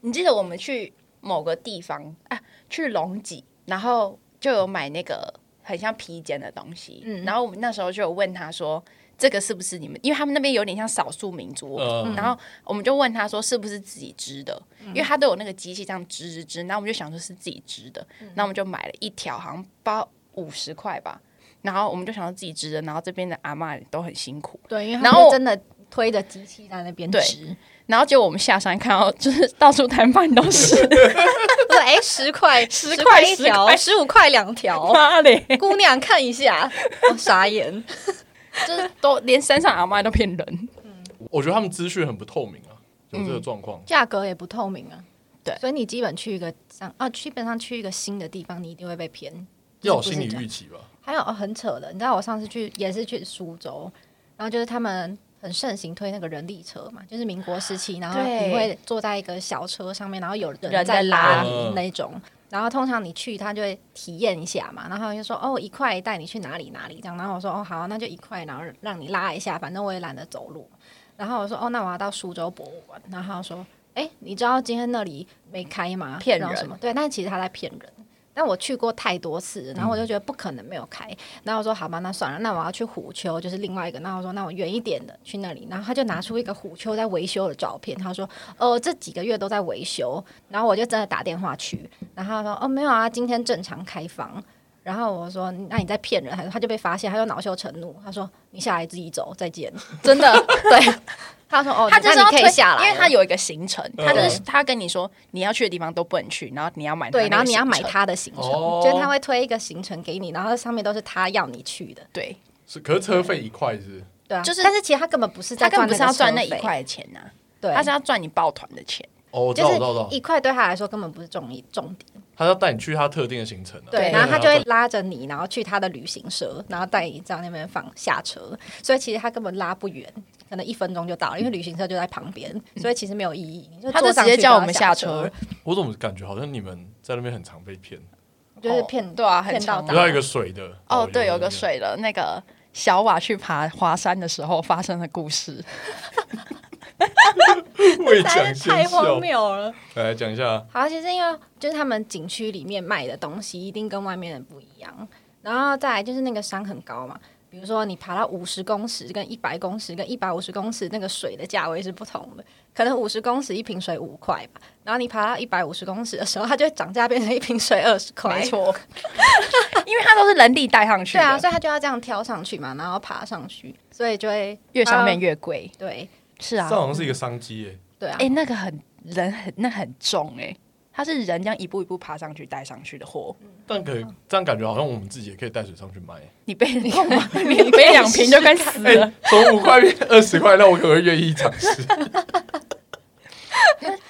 Speaker 2: 你记得我们去某个地方啊，去龙脊，然后就有买那个很像披肩的东西，
Speaker 3: 嗯
Speaker 2: 然后我们那时候就有问他说。这个是不是你们？因为他们那边有点像少数民族，
Speaker 1: 嗯
Speaker 2: 然后我们就问他说是不是自己织的，因为他都有那个机器这样织织织，然后我们就想说是自己织的，然后我们就买了一条，好像包五十块吧，然后我们就想说自己织的，然后这边的阿嬷都很辛苦，
Speaker 3: 对，因为
Speaker 2: 然
Speaker 3: 然
Speaker 2: 后
Speaker 3: 后真的推着机器在那边
Speaker 2: 对
Speaker 3: 值，
Speaker 2: 然后结果我们下山看到就是到处摊贩都是，
Speaker 3: 对，哎，十块，十
Speaker 2: 块
Speaker 3: 一
Speaker 2: 十块
Speaker 3: 条，十五块两 条。
Speaker 2: 妈嘞！
Speaker 3: 姑娘看一下，
Speaker 2: 哦
Speaker 3: 我傻眼。
Speaker 2: 就是都连山上阿妈都骗 人。
Speaker 1: 我觉得他们资讯很不透明啊，有这个状况。
Speaker 3: 价格嗯也不透明啊。
Speaker 2: 对
Speaker 3: 所以你基本去一个上啊，基本上去一个新的地方，你一定会被骗。
Speaker 1: 要有
Speaker 3: 就是
Speaker 1: 心
Speaker 3: 不是
Speaker 1: 理
Speaker 3: 这样
Speaker 1: 预期吧。
Speaker 3: 还有、哦、很扯的，你知道我上次去也是去苏州，然后就是他们很盛行推那个人力车嘛，就是民国时期，然后
Speaker 2: 对
Speaker 3: 你会坐在一个小车上面，然后有
Speaker 2: 人
Speaker 3: 人
Speaker 2: 在
Speaker 3: 在
Speaker 1: 拉
Speaker 3: 拉你那种。然后通常你去，他就会体验一下嘛，然后他就说哦一块带你去哪里哪里这样，然后我说哦好，那就一块，然后让你拉一下，反正我也懒得走路。然后我说哦那我要到苏州博物馆，然后他说哎你知道今天那里没开吗？
Speaker 2: 骗
Speaker 3: 然后
Speaker 2: 人
Speaker 3: 什么？对，但其实他在骗人。但我去过太多次，然后我就觉得不可能没有开。然后我说好吧，那算了，那我要去虎丘，就是另外一个。那我说那我远一点的去那里。然后他就拿出一个虎丘在维修的照片，他说哦这几个月都在维修。然后我就真的打电话去，然后他说哦没有啊，今天正常开放。然后我说那你在骗人，他他就被发现，他就恼羞成怒，他说你下来自己走，再见， 真的对。他说哦，
Speaker 2: 他就是
Speaker 3: 那
Speaker 2: 要
Speaker 3: 你可以
Speaker 2: 推
Speaker 3: 下来，
Speaker 2: 因为他。有一个行程，
Speaker 1: 嗯
Speaker 2: 他就是他跟你说你要去的地方都不能去，然后你要买
Speaker 3: 对，然后你要买
Speaker 2: 它，
Speaker 3: 他的行程，
Speaker 1: 哦
Speaker 3: 就是他会推一个行程给你，然后上面都是他要你去的，
Speaker 2: 对，
Speaker 1: 是可是车费一块是不是
Speaker 3: 对啊。
Speaker 2: 就是
Speaker 3: 但是其实他根本不是在
Speaker 2: 他根本不是要赚
Speaker 3: 赚
Speaker 2: 那
Speaker 3: 个
Speaker 2: 一
Speaker 3: 车费，
Speaker 2: 块钱呐，
Speaker 3: 对，
Speaker 2: 他是要赚你抱团的钱，
Speaker 1: 哦，我知
Speaker 3: 就
Speaker 1: 道，我知道，我知道
Speaker 3: 是一块对他来说根本不是重一重点，
Speaker 1: 他要带你去他特定的行程、啊，
Speaker 3: 对，
Speaker 2: 对
Speaker 3: 然后他就会
Speaker 1: 对
Speaker 3: 拉着你，然后去他的旅行社，然后带你到那边放下车，所以其实他根本拉不远，可能一分钟就到了，因为旅行社就在旁边，所以其实没有意义。你就
Speaker 2: 嗯他
Speaker 3: 坐
Speaker 2: 就
Speaker 3: 上
Speaker 2: 直
Speaker 3: 去
Speaker 2: 接叫我们
Speaker 3: 就要
Speaker 2: 下
Speaker 3: 下车
Speaker 2: 车，，
Speaker 1: 啊我怎么感觉好像你们在那边很常被骗？
Speaker 3: 就是骗、
Speaker 2: 哦对啊很
Speaker 3: 骗到
Speaker 2: 常
Speaker 1: 不
Speaker 2: 啊
Speaker 1: 知道
Speaker 3: 大
Speaker 1: 一。个水的
Speaker 2: 哦，对，有个，水了，那个小瓦去爬华山的时候发生的故事。
Speaker 1: 我也
Speaker 3: 实在
Speaker 1: 讲
Speaker 3: 是太
Speaker 1: 先笑
Speaker 3: 荒，谬了！
Speaker 1: 来讲一下，
Speaker 3: 好，其实因为就是他们景区里面卖的东西一定跟外面的不一样，然后再来就是那个山很高嘛，比如说你爬到五十公尺、跟一百公尺、跟一百五十公尺，那个水的价位是不同的。可能五十公尺一瓶水五块吧，然后你爬到一百五十公尺的时候，它就会涨价变成一瓶水二十块。
Speaker 2: 没，错，因为他都是人力带上去
Speaker 3: 对
Speaker 2: 的，
Speaker 3: 啊，所以它就要这样挑上去嘛，然后爬上去，所以就会
Speaker 2: 越上面
Speaker 3: 啊
Speaker 2: 越贵。
Speaker 3: 对
Speaker 2: 是
Speaker 1: 这
Speaker 2: 啊，
Speaker 1: 好像是一个商机诶、
Speaker 3: 对啊
Speaker 2: 哎、，那个很人很那很重哎、他是人这样一步一步爬上去带上去的货，
Speaker 1: 但可这样感觉好像我们自己也可以带水上去卖、
Speaker 2: 你被你干嘛？你背两瓶就跟 死
Speaker 1: 哎、
Speaker 2: 了。
Speaker 1: 从五块变二十块，那我可能会愿意尝试。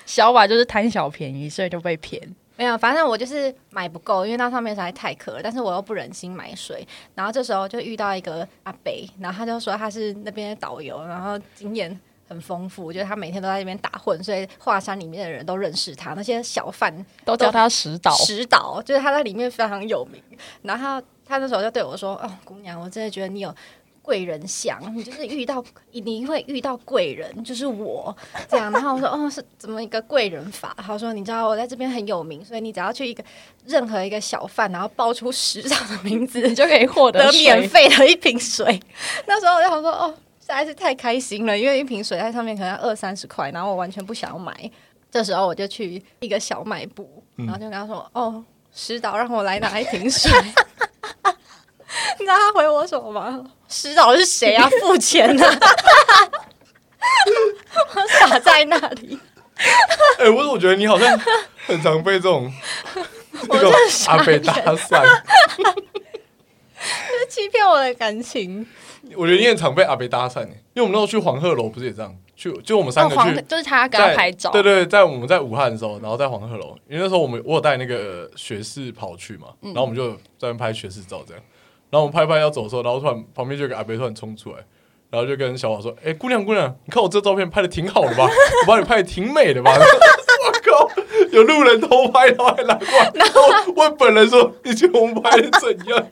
Speaker 2: 小瓦就是贪小便宜，所以就被骗。
Speaker 3: 没有，反正我就是买不够，因为那上面实在太渴了，但是我又不忍心买水。然后这时候就遇到一个阿北，然后他就说他是那边的导游，然后经验很丰富，就是他每天都在那边打混，所以华山里面的人都认识他，那些小贩
Speaker 2: 都叫他石导，
Speaker 3: 石导，就是他在里面非常有名。然后他他那时候就对我说：“哦，姑娘，我真的觉得你有贵人相， 你就是遇到你会遇到贵人，就是我这样。”然后我说：“哦， 是怎么一个贵人法？”他说：“你知道我在这边很有名，所以你只要去一个任何一个小贩，然后报出石导的名字，
Speaker 2: 就可以获
Speaker 3: 得
Speaker 2: 水
Speaker 3: 免。费的一瓶水。 那时候我就想说，哦，实在是太开心了，因为一瓶水在上面可能要二三十块，然后我完全不想要买。这时候我就去一个小卖部，然后就跟他说，哦，石导让我来拿一瓶水。你知道他回我什么吗？石导是谁啊？付钱啊！ 我傻在那里，
Speaker 1: 哎、我我觉得你好像很常被这种这种阿贝搭讪，
Speaker 3: 这欺骗我的感情。
Speaker 1: 我觉得你很常被阿贝搭讪、欸，因为我们那时候去黄鹤楼不是也这样，去就我们三
Speaker 2: 哦，
Speaker 1: 个
Speaker 2: 黄
Speaker 1: 去。
Speaker 2: 就是他跟
Speaker 1: 在
Speaker 2: 他拍照，
Speaker 1: 对对，在我们在武汉的时候，然后在黄鹤楼，因为那时候我们我有带那个学士跑去嘛，然后我们就在那边拍学士照这样，然后我们拍拍要走的时候，然后突然旁边就有个阿伯突然冲出来，然后就跟小宝说：“哎、姑娘姑娘，你看我这照片拍的挺好的吧？我把你拍的挺美的吧？”我靠，有路人偷拍，然后还拿过来，然后问本人说：“你觉得我们拍的怎样？”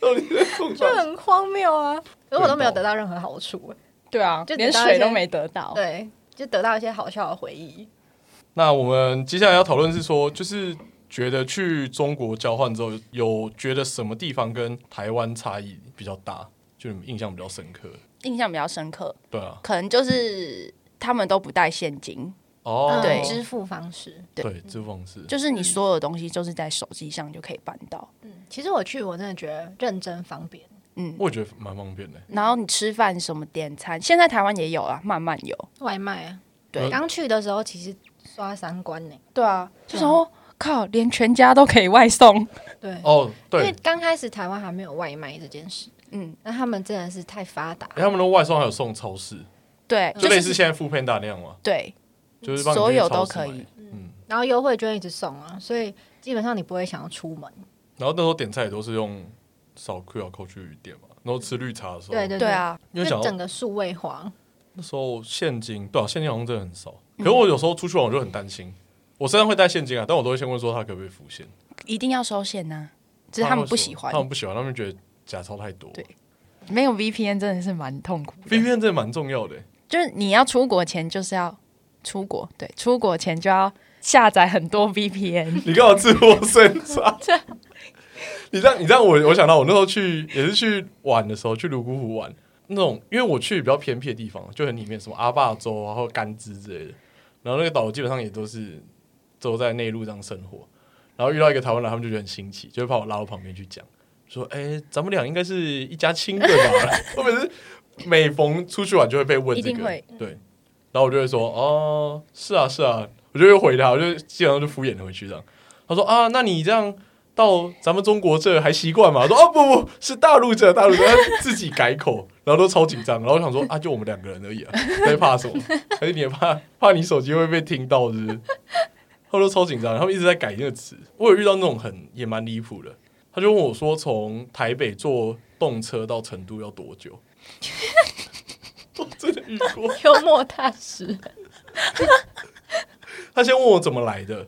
Speaker 1: 到底在冲啥
Speaker 3: 就？很荒谬啊！可是我都没有得到任何好处，
Speaker 2: 对啊，
Speaker 3: 就
Speaker 2: 连
Speaker 3: 得到一
Speaker 2: 水
Speaker 3: 些
Speaker 2: 都没得到。
Speaker 3: 对，就得到一些好笑的回忆。
Speaker 1: 那我们接下来要讨论是说，就是觉得去中国交换之后，有觉得什么地方跟台湾差异比较大，就你们印象比较深刻？
Speaker 2: 印象比较深刻，
Speaker 1: 对啊，
Speaker 2: 可能就是他们都不带现金，
Speaker 1: 哦，
Speaker 2: 对
Speaker 3: 嗯支付方式。
Speaker 1: 对，这方式
Speaker 2: 就是你所有的东西就是在手机上就可以办到。
Speaker 3: 嗯，其实我去，我真的觉得认真方便。
Speaker 2: 嗯，
Speaker 1: 我也觉得蛮方便的。
Speaker 2: 然后你吃饭什么点餐，现在台湾也有啊，慢慢有。
Speaker 3: 外卖啊，
Speaker 2: 对
Speaker 3: 刚去的时候其实刷三观呢、
Speaker 2: 对啊，就想说靠，连全家都可以外送。
Speaker 3: 对，
Speaker 1: 哦，对
Speaker 3: 因为，刚开始台湾还没有外卖这件事，
Speaker 2: 嗯，
Speaker 3: 那他们真的是太发达。
Speaker 1: 诶哎他们的外送还有送超市，
Speaker 2: 对，
Speaker 1: 就类似
Speaker 2: 是
Speaker 1: 现在副片大那样嘛，
Speaker 2: 对，
Speaker 1: 就是帮你
Speaker 2: 所
Speaker 1: 去
Speaker 2: 有
Speaker 1: 超
Speaker 2: 都
Speaker 1: 市
Speaker 2: 可
Speaker 1: 买
Speaker 2: 以。。
Speaker 3: 然后优惠券一直送啊，所以基本上你不会想要出门。
Speaker 1: 然后那时候点菜也都是用扫 QR code 去点嘛，然后吃绿茶的时候，
Speaker 3: 对对
Speaker 2: 对啊，
Speaker 1: 因为想
Speaker 3: 就
Speaker 1: 到
Speaker 3: 整个数位化，
Speaker 1: 那时候现金，对啊，现金好像真的很少。可是我有时候出去玩，我就很担心。我身上会带现金啊，但我都会先问说他可不可以付现。
Speaker 2: 一定要收现呐、只是他们不喜欢
Speaker 1: 他。们不喜欢，他们觉得假钞太多。
Speaker 2: 对没有 VPN 真的是蛮痛苦的，
Speaker 1: ，VPN 真的蛮重要的、
Speaker 2: 就是你要出国前就是要出国，对，出国前就要下载很多 VPN。
Speaker 1: 你干嘛自我审 查？你让你让我我想到我那时候去也是去玩的时候，去泸沽湖玩那种，因为我去比较偏僻的地方，就很里面什么阿坝州啊或甘孜之类的，然后那个岛基本上也都是都在内陆这样生活。然后遇到一个台湾人，他们就觉得很新奇，就会把我拉到旁边去讲，说：“哎、咱们俩应该是一家亲对吧？” 特别是每逢出去玩就会被问这
Speaker 2: 一定
Speaker 1: 个
Speaker 2: 会，
Speaker 1: 对。然后我就会说：“哦，是啊，是啊。”我就会回答，我就基本上就敷衍回去这样。他说：“啊，那你这样到咱们中国这还习惯吗？”我说：“哦，不不，是大陆这，大陆这。”他自己改口，然后都超紧张。然后我想说：“啊，就我们两个人而已啊，在怕什么？还是你也怕怕你手机会被听到是不是？”他们都超紧张，他们一直在改那个词。我有遇到那种很也蛮离谱的，他就问我说：“从台北坐动车到成都要多久？” 我真的遇过。
Speaker 3: 幽默踏实，
Speaker 1: 他先问我怎么来的，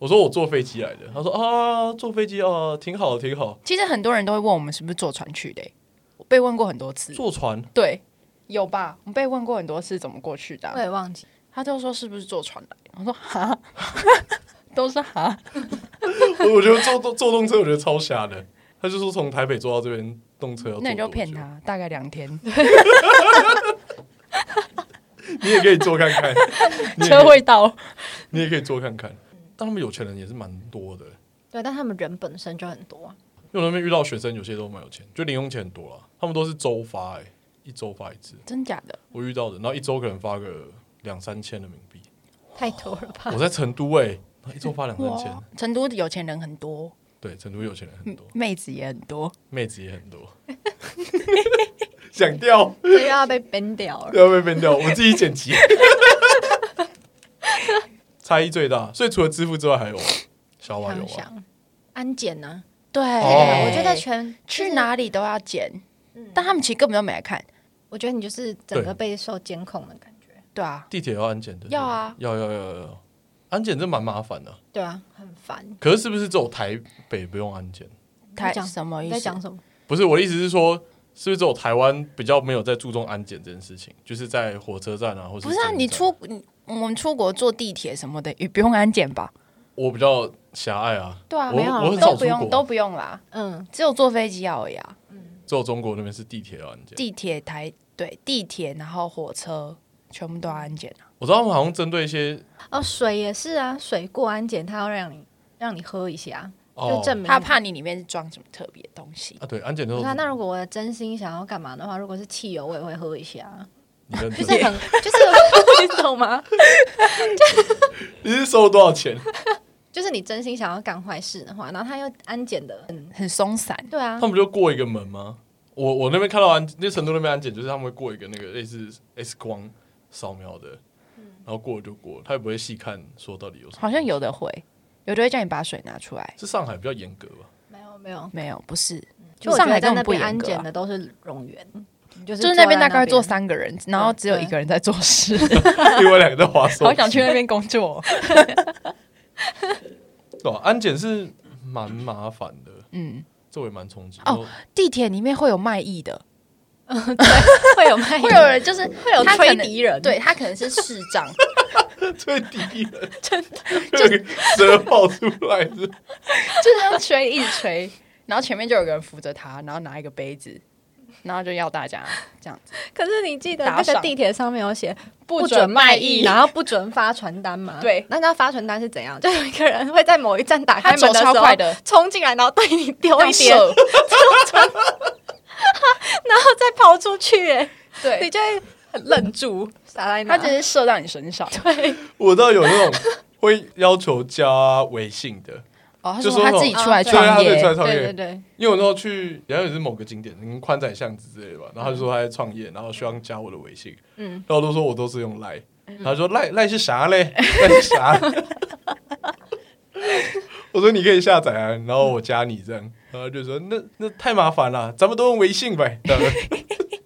Speaker 1: 我说我坐飞机来的。他说啊，坐飞机啊，挺好，挺好。
Speaker 2: 其实很多人都会问我们是不是坐船去的、欸我被问过很多次。
Speaker 1: 坐船，
Speaker 2: 对，有吧？我们被问过很多次怎么过去的啊、
Speaker 3: 我也忘记。
Speaker 2: 他就说是不是坐船来？我说哈， 都是哈，
Speaker 1: 我我觉得坐坐坐动车，我觉得超瞎的。他就说从台北坐到这边动车要坐
Speaker 2: 那你
Speaker 1: 多
Speaker 2: 就
Speaker 1: 久
Speaker 2: 骗，他，大概两天，
Speaker 1: 你也可以坐看 看， 你也可以
Speaker 2: 车会到。
Speaker 1: 你也可以坐看看。但他们有钱人也是蛮多的，欸
Speaker 3: 对，但他们人本身就很多啊，
Speaker 1: 因为我那边遇到学生，有些都蛮有钱，就零用钱很多啦。他们都是周发、欸，一周发一次。
Speaker 2: 真假的？
Speaker 1: 我遇到的，然后一周可能发个两三千人民币。
Speaker 3: 太多了吧？
Speaker 1: 我在成都哎、欸，然后一周发两三千，
Speaker 2: 哇，成都的有钱人很多，
Speaker 1: 对，成都有钱人很多，
Speaker 2: 妹子也很多。
Speaker 1: 妹子也很多。想掉
Speaker 3: 这又要被 ban 掉了。
Speaker 1: 要被编掉，我自己剪辑。差异最大，所以除了支付之外，还有啊小瓦有
Speaker 3: 想
Speaker 1: 啊，
Speaker 3: 想安检呢？
Speaker 2: 对，
Speaker 1: 哦
Speaker 3: 我觉得全
Speaker 2: 去？哪里都要剪，但他们其实根本就没来看。
Speaker 3: 我觉得你就是整
Speaker 1: 对
Speaker 3: 个被受监控的感觉。
Speaker 2: 对啊，
Speaker 1: 地铁要安检的，
Speaker 2: 要啊
Speaker 1: 要要要要要，安检真蛮麻烦的。
Speaker 3: 对啊，很烦。
Speaker 1: 可是是不是只有台北不用安检？
Speaker 2: 台
Speaker 3: 你讲
Speaker 2: 什么意
Speaker 3: 你
Speaker 2: 思？
Speaker 3: 在讲什么？
Speaker 1: 不是我的意思是说，是不是只有台湾比较没有在注重安检这件事情？就是在火车站啊，或是
Speaker 2: 不是啊，
Speaker 1: 捷运站
Speaker 2: 你出你我们出国坐地铁什么的也不用安检吧？
Speaker 1: 我比较狭隘啊，
Speaker 3: 对啊
Speaker 1: 我
Speaker 3: 没有啊
Speaker 1: 我很少
Speaker 2: 都
Speaker 1: 出
Speaker 2: 不用，都
Speaker 1: 国，
Speaker 2: 不用啦，
Speaker 3: 嗯，
Speaker 2: 只有坐飞机要而已啊。
Speaker 1: 只有中国那边是地铁要安检。
Speaker 2: 地铁台对地铁，然后火车全部都要安检啊。
Speaker 1: 我知道他们好像针对一些
Speaker 3: 哦，水也是啊，水过安检，他要让你让你喝一下，
Speaker 1: 哦
Speaker 3: 就证明
Speaker 2: 他怕你里面是装什么特别的东西，
Speaker 1: 啊，对安检都
Speaker 3: 不
Speaker 1: 是
Speaker 3: 是啊，那如果我真心想要干嘛的话，如果是汽油，我也会喝一下，啊
Speaker 1: 你认
Speaker 3: 就
Speaker 1: 真
Speaker 3: 是很， 就是你懂吗？
Speaker 1: 你是收了多少钱？
Speaker 3: 就是你真心想要干坏事的话，然后他又安检的，嗯，
Speaker 2: 很松散。
Speaker 3: 对啊
Speaker 1: 他，们不就过一个门吗？我我那边看到安，那成都那边安检就是他们会过一个那个类似 X 光扫描的，然后过了就过了，他也不会细看说到底有什么。
Speaker 2: 好像有的会，有的会叫你把水拿出来。
Speaker 1: 是上海比较严格吧？
Speaker 3: 没有没有，
Speaker 2: 没有，不是，
Speaker 3: 就我
Speaker 2: 上
Speaker 3: 觉
Speaker 2: 海
Speaker 3: 得
Speaker 2: 根
Speaker 3: 在
Speaker 2: 本
Speaker 3: 那
Speaker 2: 不
Speaker 3: 边
Speaker 2: 严
Speaker 3: 安
Speaker 2: 格啊、
Speaker 3: 检的都是冗员，就是
Speaker 2: 就是
Speaker 3: 坐
Speaker 2: 那
Speaker 3: 在
Speaker 2: 边大概坐
Speaker 3: 边，
Speaker 2: 三个人，然后只有一个人在做 事，
Speaker 1: 另外两个在划手机，
Speaker 2: 好想去那边工作。哦
Speaker 1: 对啊、安检是蛮麻烦的，
Speaker 2: 嗯，
Speaker 1: 这我也蛮冲击。
Speaker 2: 哦， 地铁里面会有卖艺的，
Speaker 3: 会有卖，
Speaker 2: 会有人就是
Speaker 3: 会有
Speaker 2: 他可
Speaker 3: 吹
Speaker 2: 能
Speaker 3: 笛人，
Speaker 2: 对他可能是视障，
Speaker 1: 最低了， 真的，这个蛇跑出来是
Speaker 2: 就是这样吹，一直吹，然后前面就有个人扶着他，然后拿一个杯子，然后就要大家这样子，
Speaker 3: 可是你记得
Speaker 2: 打
Speaker 3: 那个
Speaker 2: 赏
Speaker 3: 地铁上面有写
Speaker 2: 不准
Speaker 3: 准
Speaker 2: 卖艺
Speaker 3: 艺，然后不准发传单嘛？
Speaker 2: 对
Speaker 3: 那你知道发传单是怎样？就有一个人会在某一站打开
Speaker 2: 他
Speaker 3: 门
Speaker 2: 走
Speaker 3: 的时
Speaker 2: 超
Speaker 3: 候，
Speaker 2: 快的，
Speaker 3: 冲进来，然后对你丢一
Speaker 2: 这
Speaker 3: 点，
Speaker 2: 样
Speaker 3: 然
Speaker 2: 哦射
Speaker 3: 后再跑出去，哎，
Speaker 2: 对，
Speaker 3: 你就会很愣住，傻在那。
Speaker 2: 他只是射到你身上。
Speaker 1: 我倒有那种会要求加微信的，
Speaker 2: 哦，他
Speaker 1: 就
Speaker 2: 说他
Speaker 1: 说
Speaker 2: 自己出来
Speaker 3: 哦
Speaker 1: 对，
Speaker 3: 对
Speaker 2: 创
Speaker 1: 他在
Speaker 2: 业，
Speaker 1: 创创
Speaker 3: 对对
Speaker 1: 业，
Speaker 3: 对，
Speaker 1: 因为我那时候去，然后也是某个景点，嗯，宽窄巷子之类的吧，然后他就说他在创业，然后希望加我的微信，嗯，然后我都说我都是用赖，
Speaker 2: 嗯
Speaker 1: 他说赖赖是啥嘞？ 赖是啥？我说你可以下载啊，然后我加你这样，然后他就说那那太麻烦了，咱们都用微信呗。 这样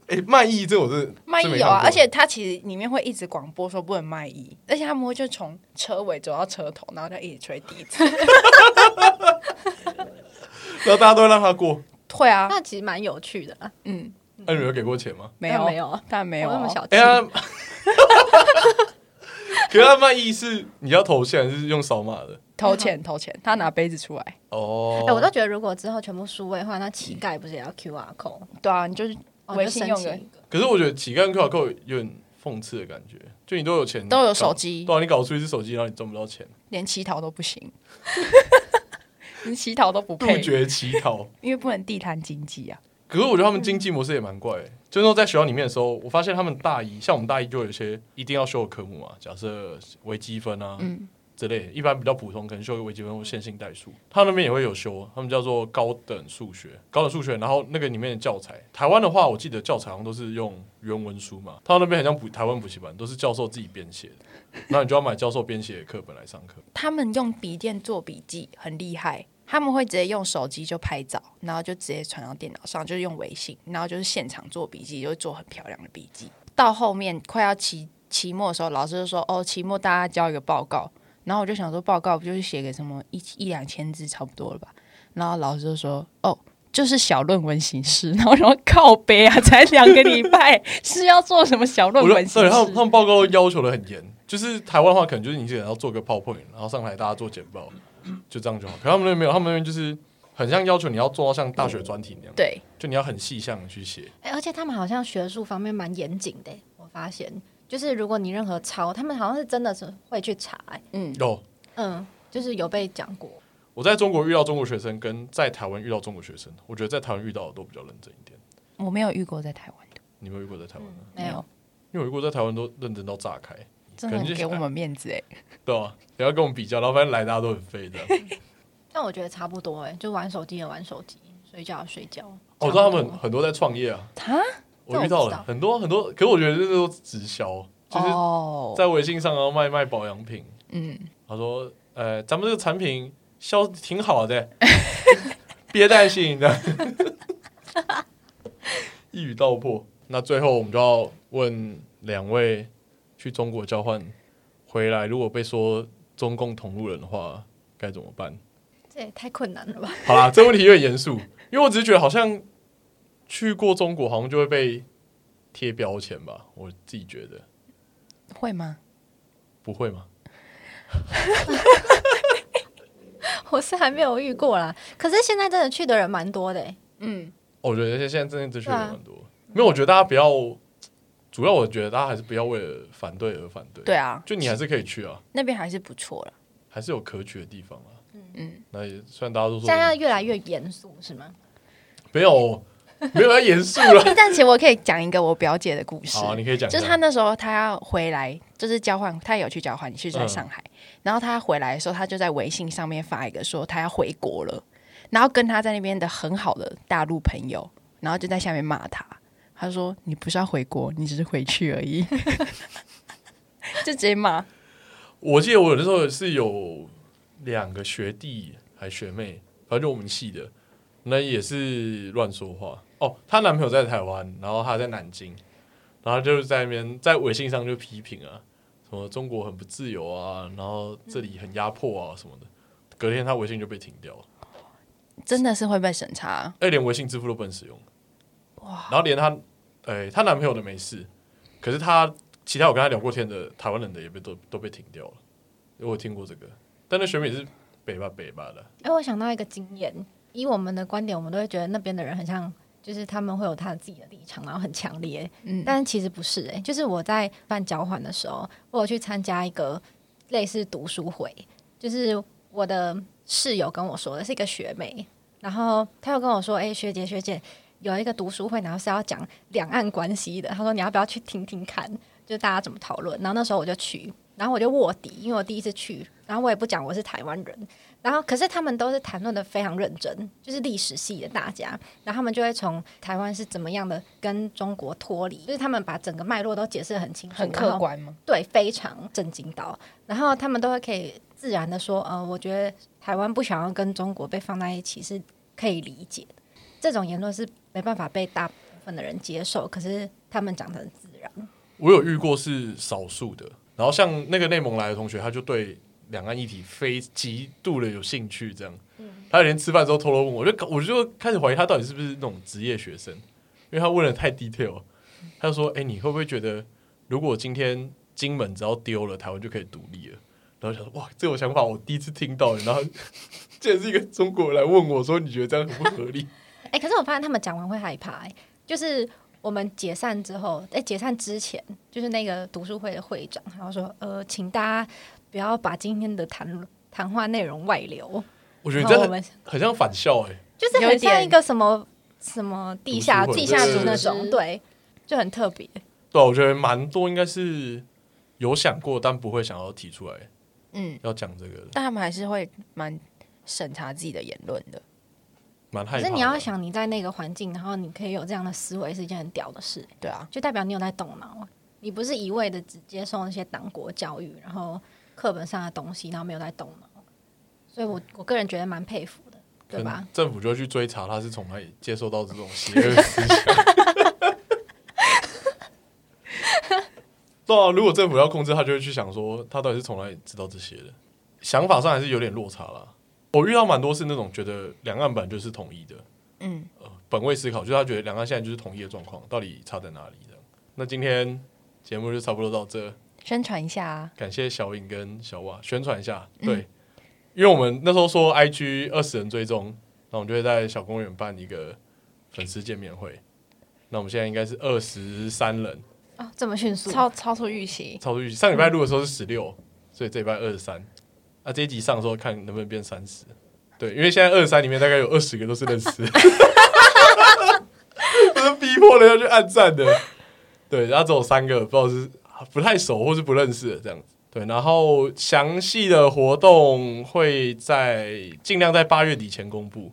Speaker 1: 哎、卖艺这我是
Speaker 2: 卖
Speaker 1: 是没
Speaker 2: 艺有啊，
Speaker 1: 看过
Speaker 2: 而且他其实里面会一直广播说不能卖艺，而且他们会就从车尾走到车头，然后就一直吹笛子。
Speaker 1: 然后大家都会让他过。
Speaker 2: 会啊，
Speaker 3: 那其实蛮有趣的啦，
Speaker 2: 嗯，
Speaker 1: 那、你们有给过钱吗？
Speaker 2: 没有
Speaker 3: 没有啊，
Speaker 2: 当然没有
Speaker 3: 我
Speaker 2: 啊
Speaker 3: 那么小气
Speaker 1: 哎、呀， 可是他卖艺是你要投钱还是用扫码的？
Speaker 2: 投钱投钱，他拿杯子出来。
Speaker 1: 哦、
Speaker 3: 哎，我都觉得如果之后全部数位化，那乞丐不是也要 QR code？
Speaker 2: 对啊，你就是
Speaker 3: 哦
Speaker 2: 微信
Speaker 3: 就
Speaker 2: 用
Speaker 3: 申
Speaker 2: 的
Speaker 3: 请一个
Speaker 1: 可是我觉得乞丐跟 QR code 有点讽刺的感觉，就你都有钱，
Speaker 2: 都有
Speaker 1: 搞
Speaker 2: 手机
Speaker 1: 对啊，你搞出一只手机，然后你赚不到钱，
Speaker 2: 连乞讨都不行。 连乞讨都不
Speaker 1: 杜
Speaker 2: 配，
Speaker 1: 绝乞讨。
Speaker 2: 因为不能地摊经济啊。
Speaker 1: 可是我觉得他们经济模式也蛮怪、的，就是说在学校里面的时候，我发现他们大一，像我们大一就有一些一定要修的科目嘛，假设微积分啊、
Speaker 2: 嗯
Speaker 1: 之类的，一般比较普通，可能修个微积分或线性代数，他们那边也会有修，他们叫做高等数学，高等数学，然后那个里面的教材，台湾的话，我记得教材好像都是用原文书嘛，他们那边很像补台湾补习班，都是教授自己编写的，然后你就要买教授编写的课本来上课。
Speaker 2: 他们用笔电做笔记很厉害，他们会直接用手机就拍照，然后就直接传到电脑上，就是用微信，然后就是现场做笔记，就会做很漂亮的笔记。到后面快要期期末的时候，老师就说：“哦，期末大家交一个报告。”然后我就想说，报告不就是写个什么一一两千字差不多了吧？然后老师就说：“哦。”就是小论文形式，然后然后靠背啊，才两个礼拜， 是要做什么小论
Speaker 1: 我
Speaker 2: 文
Speaker 1: 觉
Speaker 2: 形
Speaker 1: 得对
Speaker 2: 式？
Speaker 1: 他们他们报告要求的很严，就是台湾的话，可能就是你只能要做个 PowerPoint，然后上台大家做简 报，就这样就好。可他们那边没有，他们那边就是很像要求你要做到像大学专题那样，
Speaker 2: 对，
Speaker 1: 就你要很细项的去写。
Speaker 3: 哎、而且他们好像学术方面蛮严谨的、欸我发现，就是如果你任何抄，他们好像是真的是会去查、欸，
Speaker 2: 嗯，
Speaker 1: 有
Speaker 3: 嗯，就是有被讲过。
Speaker 1: 哦我在中国遇到中国学生，跟在台湾遇到中国学生，我觉得在台湾遇到的都比较认真一点。
Speaker 2: 我没有遇过在台湾的，
Speaker 1: 你没有遇过在台湾的？
Speaker 3: 没有，
Speaker 1: 因为我遇过在台湾都认真到炸开，
Speaker 2: 真的
Speaker 1: 可能就
Speaker 2: 很
Speaker 1: 是
Speaker 2: 给我们面子哎、
Speaker 1: 对啊，然后跟我们比较，然后发现来大家都很废这样。
Speaker 3: 但我觉得差不多、欸，哎，就玩手机也玩手机，睡觉也睡觉。
Speaker 1: 哦，我知道他们很多在创业啊，
Speaker 2: 他
Speaker 1: 我遇到
Speaker 3: 这我不知道
Speaker 1: 了很多很多，可是我觉得这都是直销，就是
Speaker 2: 哦，
Speaker 1: 在微信上然后卖卖保养品。
Speaker 2: 嗯，
Speaker 1: 他说：“呃，咱们这个产品销挺好的， 别担心的。” 一语道破。那最后我们就要问两位去中国交换回来，如果被说中共同路人的话，该怎么办？
Speaker 3: 这也太困难了吧？
Speaker 1: 好啦，这问题有点严肃，因为我只是觉得好像去过中国，好像就会被贴标签吧。我自己觉得
Speaker 2: 会吗？
Speaker 1: 不会吗？
Speaker 3: 我是还没有遇过啦，可是现在真的去的人蛮多的、欸，
Speaker 2: 嗯，
Speaker 1: 哦我觉得现在真的的确
Speaker 3: 对
Speaker 1: 有
Speaker 3: 啊
Speaker 1: 蛮多，没有，我觉得大家不要，主要我觉得大家还是不要为了反对而反对，
Speaker 2: 对，啊，
Speaker 1: 就你还是可以去啊，
Speaker 2: 那边还是不错 了。
Speaker 1: 还是有可取的地方啊。
Speaker 2: 嗯，
Speaker 1: 那也虽然大家都说
Speaker 3: 现在越来越严肃是吗？
Speaker 1: 没有没有要严肃了，
Speaker 2: 但其实我可以讲一个我表姐的故事，
Speaker 1: 啊好啊，你可以讲一
Speaker 2: 就
Speaker 1: 下，
Speaker 2: 是她那时候她要回来，就是交换，她有去交换，去
Speaker 1: 嗯
Speaker 2: 在上海。然后她回来的时候，她就在微信上面发一个说她要回国了，然后跟她在那边的很好的大陆朋友，然后就在下面骂她，她说你不是要回国，你只是回去而 已，就直接骂。
Speaker 1: 我记得我有的时候是有两个学弟还学妹，反正就我们系的，那也是乱说话。哦，她男朋友在台湾，然后她在南京，然后就是在那边在微信上就批评啊，什么中国很不自由啊，然后这里很压迫啊什么的。隔天她微信就被停掉了，
Speaker 2: 真的是会被审查，
Speaker 1: 哎，连微信支付都不能使用。哇！然后连她，哎，她男朋友的没事，可是她其他我跟她聊过天的台湾人的也被都都被停掉了。我有听过这个，但那学妹也是北吧北吧的，啊
Speaker 3: 哎、我想到一个经验，以我们的观点，我们都会觉得那边的人很像，就是他们会有他自己的立场，然后很强烈。
Speaker 2: 嗯，
Speaker 3: 但其实不是哎、就是我在办交换的时候，我有去参加一个类似读书会，就是我的室友跟我说的，是一个学妹，然后她又跟我说，哎、学姐学姐有一个读书会，然后是要讲两岸关系的，她说你要不要去听听看，就大家怎么讨论。然后那时候我就去，然后我就卧底，因为我第一次去，然后我也不讲我是台湾人，然后可是他们都是谈论的非常认真，就是历史系的大家，然后他们就会从台湾是怎么样的跟中国脱离，就是他们把整个脉络都解释得很清楚，
Speaker 2: 很
Speaker 3: 然
Speaker 2: 客
Speaker 3: 后
Speaker 2: 观吗？
Speaker 3: 对，非常震惊到。然后他们都会可以自然的说，呃，我觉得台湾不想要跟中国被放在一起是可以理解的。这种言论是没办法被大部分的人接受，可是他们讲的很自然。
Speaker 1: 我有遇过是少数的。然后像那个内蒙来的同学，他就对两岸议题非极度的有兴趣，这样。他连吃饭的时候偷偷问我，我就我就开始怀疑他到底是不是那种职业学生，因为他问的太 detail 了。他就说：“哎、你会不会觉得，如果今天金门只要丢了，台湾就可以独立了？”然后想说：“哇，这种想法我第一次听到。”然后竟然是一个中国人来问我说：“你觉得这样很不合理
Speaker 3: 哎、可是我发现他们讲完会害怕、欸，就是我们解散之后，哎、解散之前，就是那个读书会的会长，然后说，呃，请大家不要把今天的谈谈话内容外流。？”
Speaker 1: 我觉得你
Speaker 3: 然
Speaker 1: 这
Speaker 3: 后我
Speaker 1: 很
Speaker 3: 们
Speaker 1: 很像返校哎、
Speaker 3: 就是
Speaker 2: 有一
Speaker 3: 很像
Speaker 2: 点
Speaker 3: 一个什么什么地下
Speaker 1: 读书会
Speaker 3: 地下
Speaker 1: 对
Speaker 3: 组那
Speaker 2: 组
Speaker 3: 种，
Speaker 2: 织
Speaker 3: 对，就很特别。
Speaker 1: 对啊、我觉得蛮多应该是有想过，但不会想要提出来
Speaker 4: 嗯，
Speaker 1: 要讲这个的，
Speaker 4: 但他们还是会蛮审查自己的言论的。
Speaker 1: 蛮害
Speaker 3: 可
Speaker 1: 怕的。
Speaker 3: 是你要想你在那个环境，然后你可以有这样的思维，是一件很屌的事，
Speaker 4: 对啊，
Speaker 3: 就代表你有在动脑啊。你不是一味的只接受那些党国教育，然后课本上的东西，然后没有在动脑。啊所以我我个人觉得蛮佩服的，
Speaker 1: 可
Speaker 3: 对
Speaker 1: 能
Speaker 3: 吧？
Speaker 1: 政府就会去追查他是从哪里接受到这种邪恶思想。 对啊，如果政府要控制，他就会去想说他到底是从哪里知道这些的，想法上还是有点落差啦。我遇到蛮多是那种觉得两岸本来就是统一的，
Speaker 4: 嗯，
Speaker 1: 呃，本位思考，就是他觉得两岸现在就是统一的状况，到底差在哪里这样。那今天节目就差不多到这，
Speaker 4: 宣传一下啊，
Speaker 1: 感谢小颖跟小瓦宣传一下，对，因为我们那时候说 IG 二十人追踪，那我们就会在小公园办一个粉丝见面会。那我们现在应该是二十三人，
Speaker 3: 哦，这么迅速，
Speaker 2: 超超出预期。
Speaker 1: 超出预期。上礼拜录的时候是十六，所以这礼拜二十三。那这一集上的时候看能不能变三十。对，因为现在二十三里面大概有二十个都是认识，我是逼迫人要去按赞的。对，然后只有三个不知道是不太熟或是不认识的这样子。对，然后详细的活动会在尽量在八月底前公布，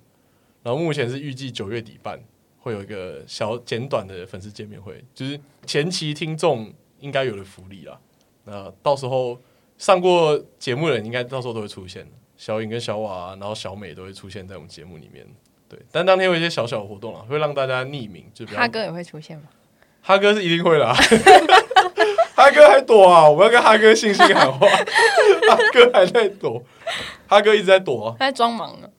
Speaker 1: 然后目前是预计九月底办，会有一个小简短的粉丝见面会，就是前期听众应该有的福利啦。那到时候上过节目的人应该到时候都会出现，小颖跟小瓦啊、然后小美都会出现在我们节目里面。对，但当天会有一些小小的活动啊，会让大家匿名，就不要
Speaker 4: 哈哥也会出现吗？
Speaker 1: 哈哥是一定会啦， 哈哥还躲啊！我们要跟哈哥信心喊话， 哈哥还在躲，哈哥一直在躲啊，
Speaker 2: 他在装忙呢，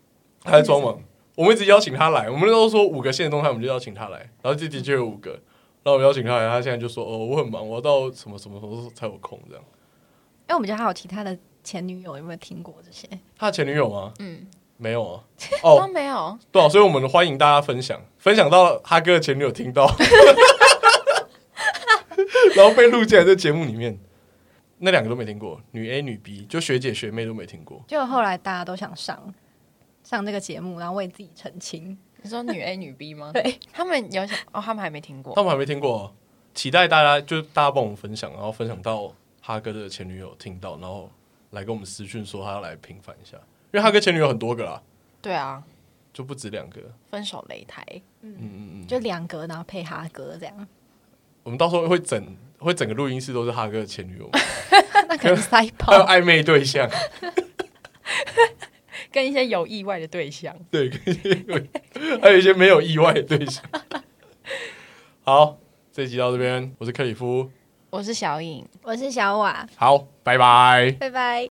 Speaker 1: 他在装忙。我们一直邀请他来，我们那时候说五个线动态，我们就邀请他来，然后就的确有五个，然后我们邀请他来，他现在就说哦，我很忙，我要到什么什么什么时候才有空这样。
Speaker 3: 哎，我们家还有其他的前女友有没有听过这些？
Speaker 1: 他的前女友吗？
Speaker 4: 嗯，
Speaker 1: 没有啊。
Speaker 4: 都
Speaker 1: 哦，
Speaker 4: 没有，
Speaker 1: 对啊，所以我们欢迎大家分享，分享到哈哥的前女友听到，然后被录进来这节目里面。那两个都没听过，女 A 女 B，就学姐学妹都没听过。
Speaker 3: 就后来大家都想上上这个节目，然后为自己澄清。
Speaker 4: 你说女 A 女 B 吗？
Speaker 3: 对，
Speaker 4: 他们有想哦，他们还没听过
Speaker 1: 他。们还没听过哦，期待大家就是大家帮我们分享，然后分享到哈哥的前女友听到，然后来跟我们私讯说他要来平反一下，因为哈哥前女友很多个啦，
Speaker 4: 对啊，
Speaker 1: 就不止两个。
Speaker 4: 分手擂台，
Speaker 1: 嗯嗯嗯，
Speaker 3: 就两格，然后配哈格这样，
Speaker 1: 我们到时候会整会整个录音室都是哈哥的前女友，
Speaker 3: 那可能 塞
Speaker 1: 还有
Speaker 3: 爆。
Speaker 1: 暧昧对象。
Speaker 2: 跟一些有意外的对象。
Speaker 1: 对，跟一些有还有一些没有意外的对象。好，这集到这边，我是克里夫，
Speaker 4: 我是小颖。
Speaker 3: 我是小瓦，
Speaker 1: 好，拜拜。
Speaker 3: 拜拜。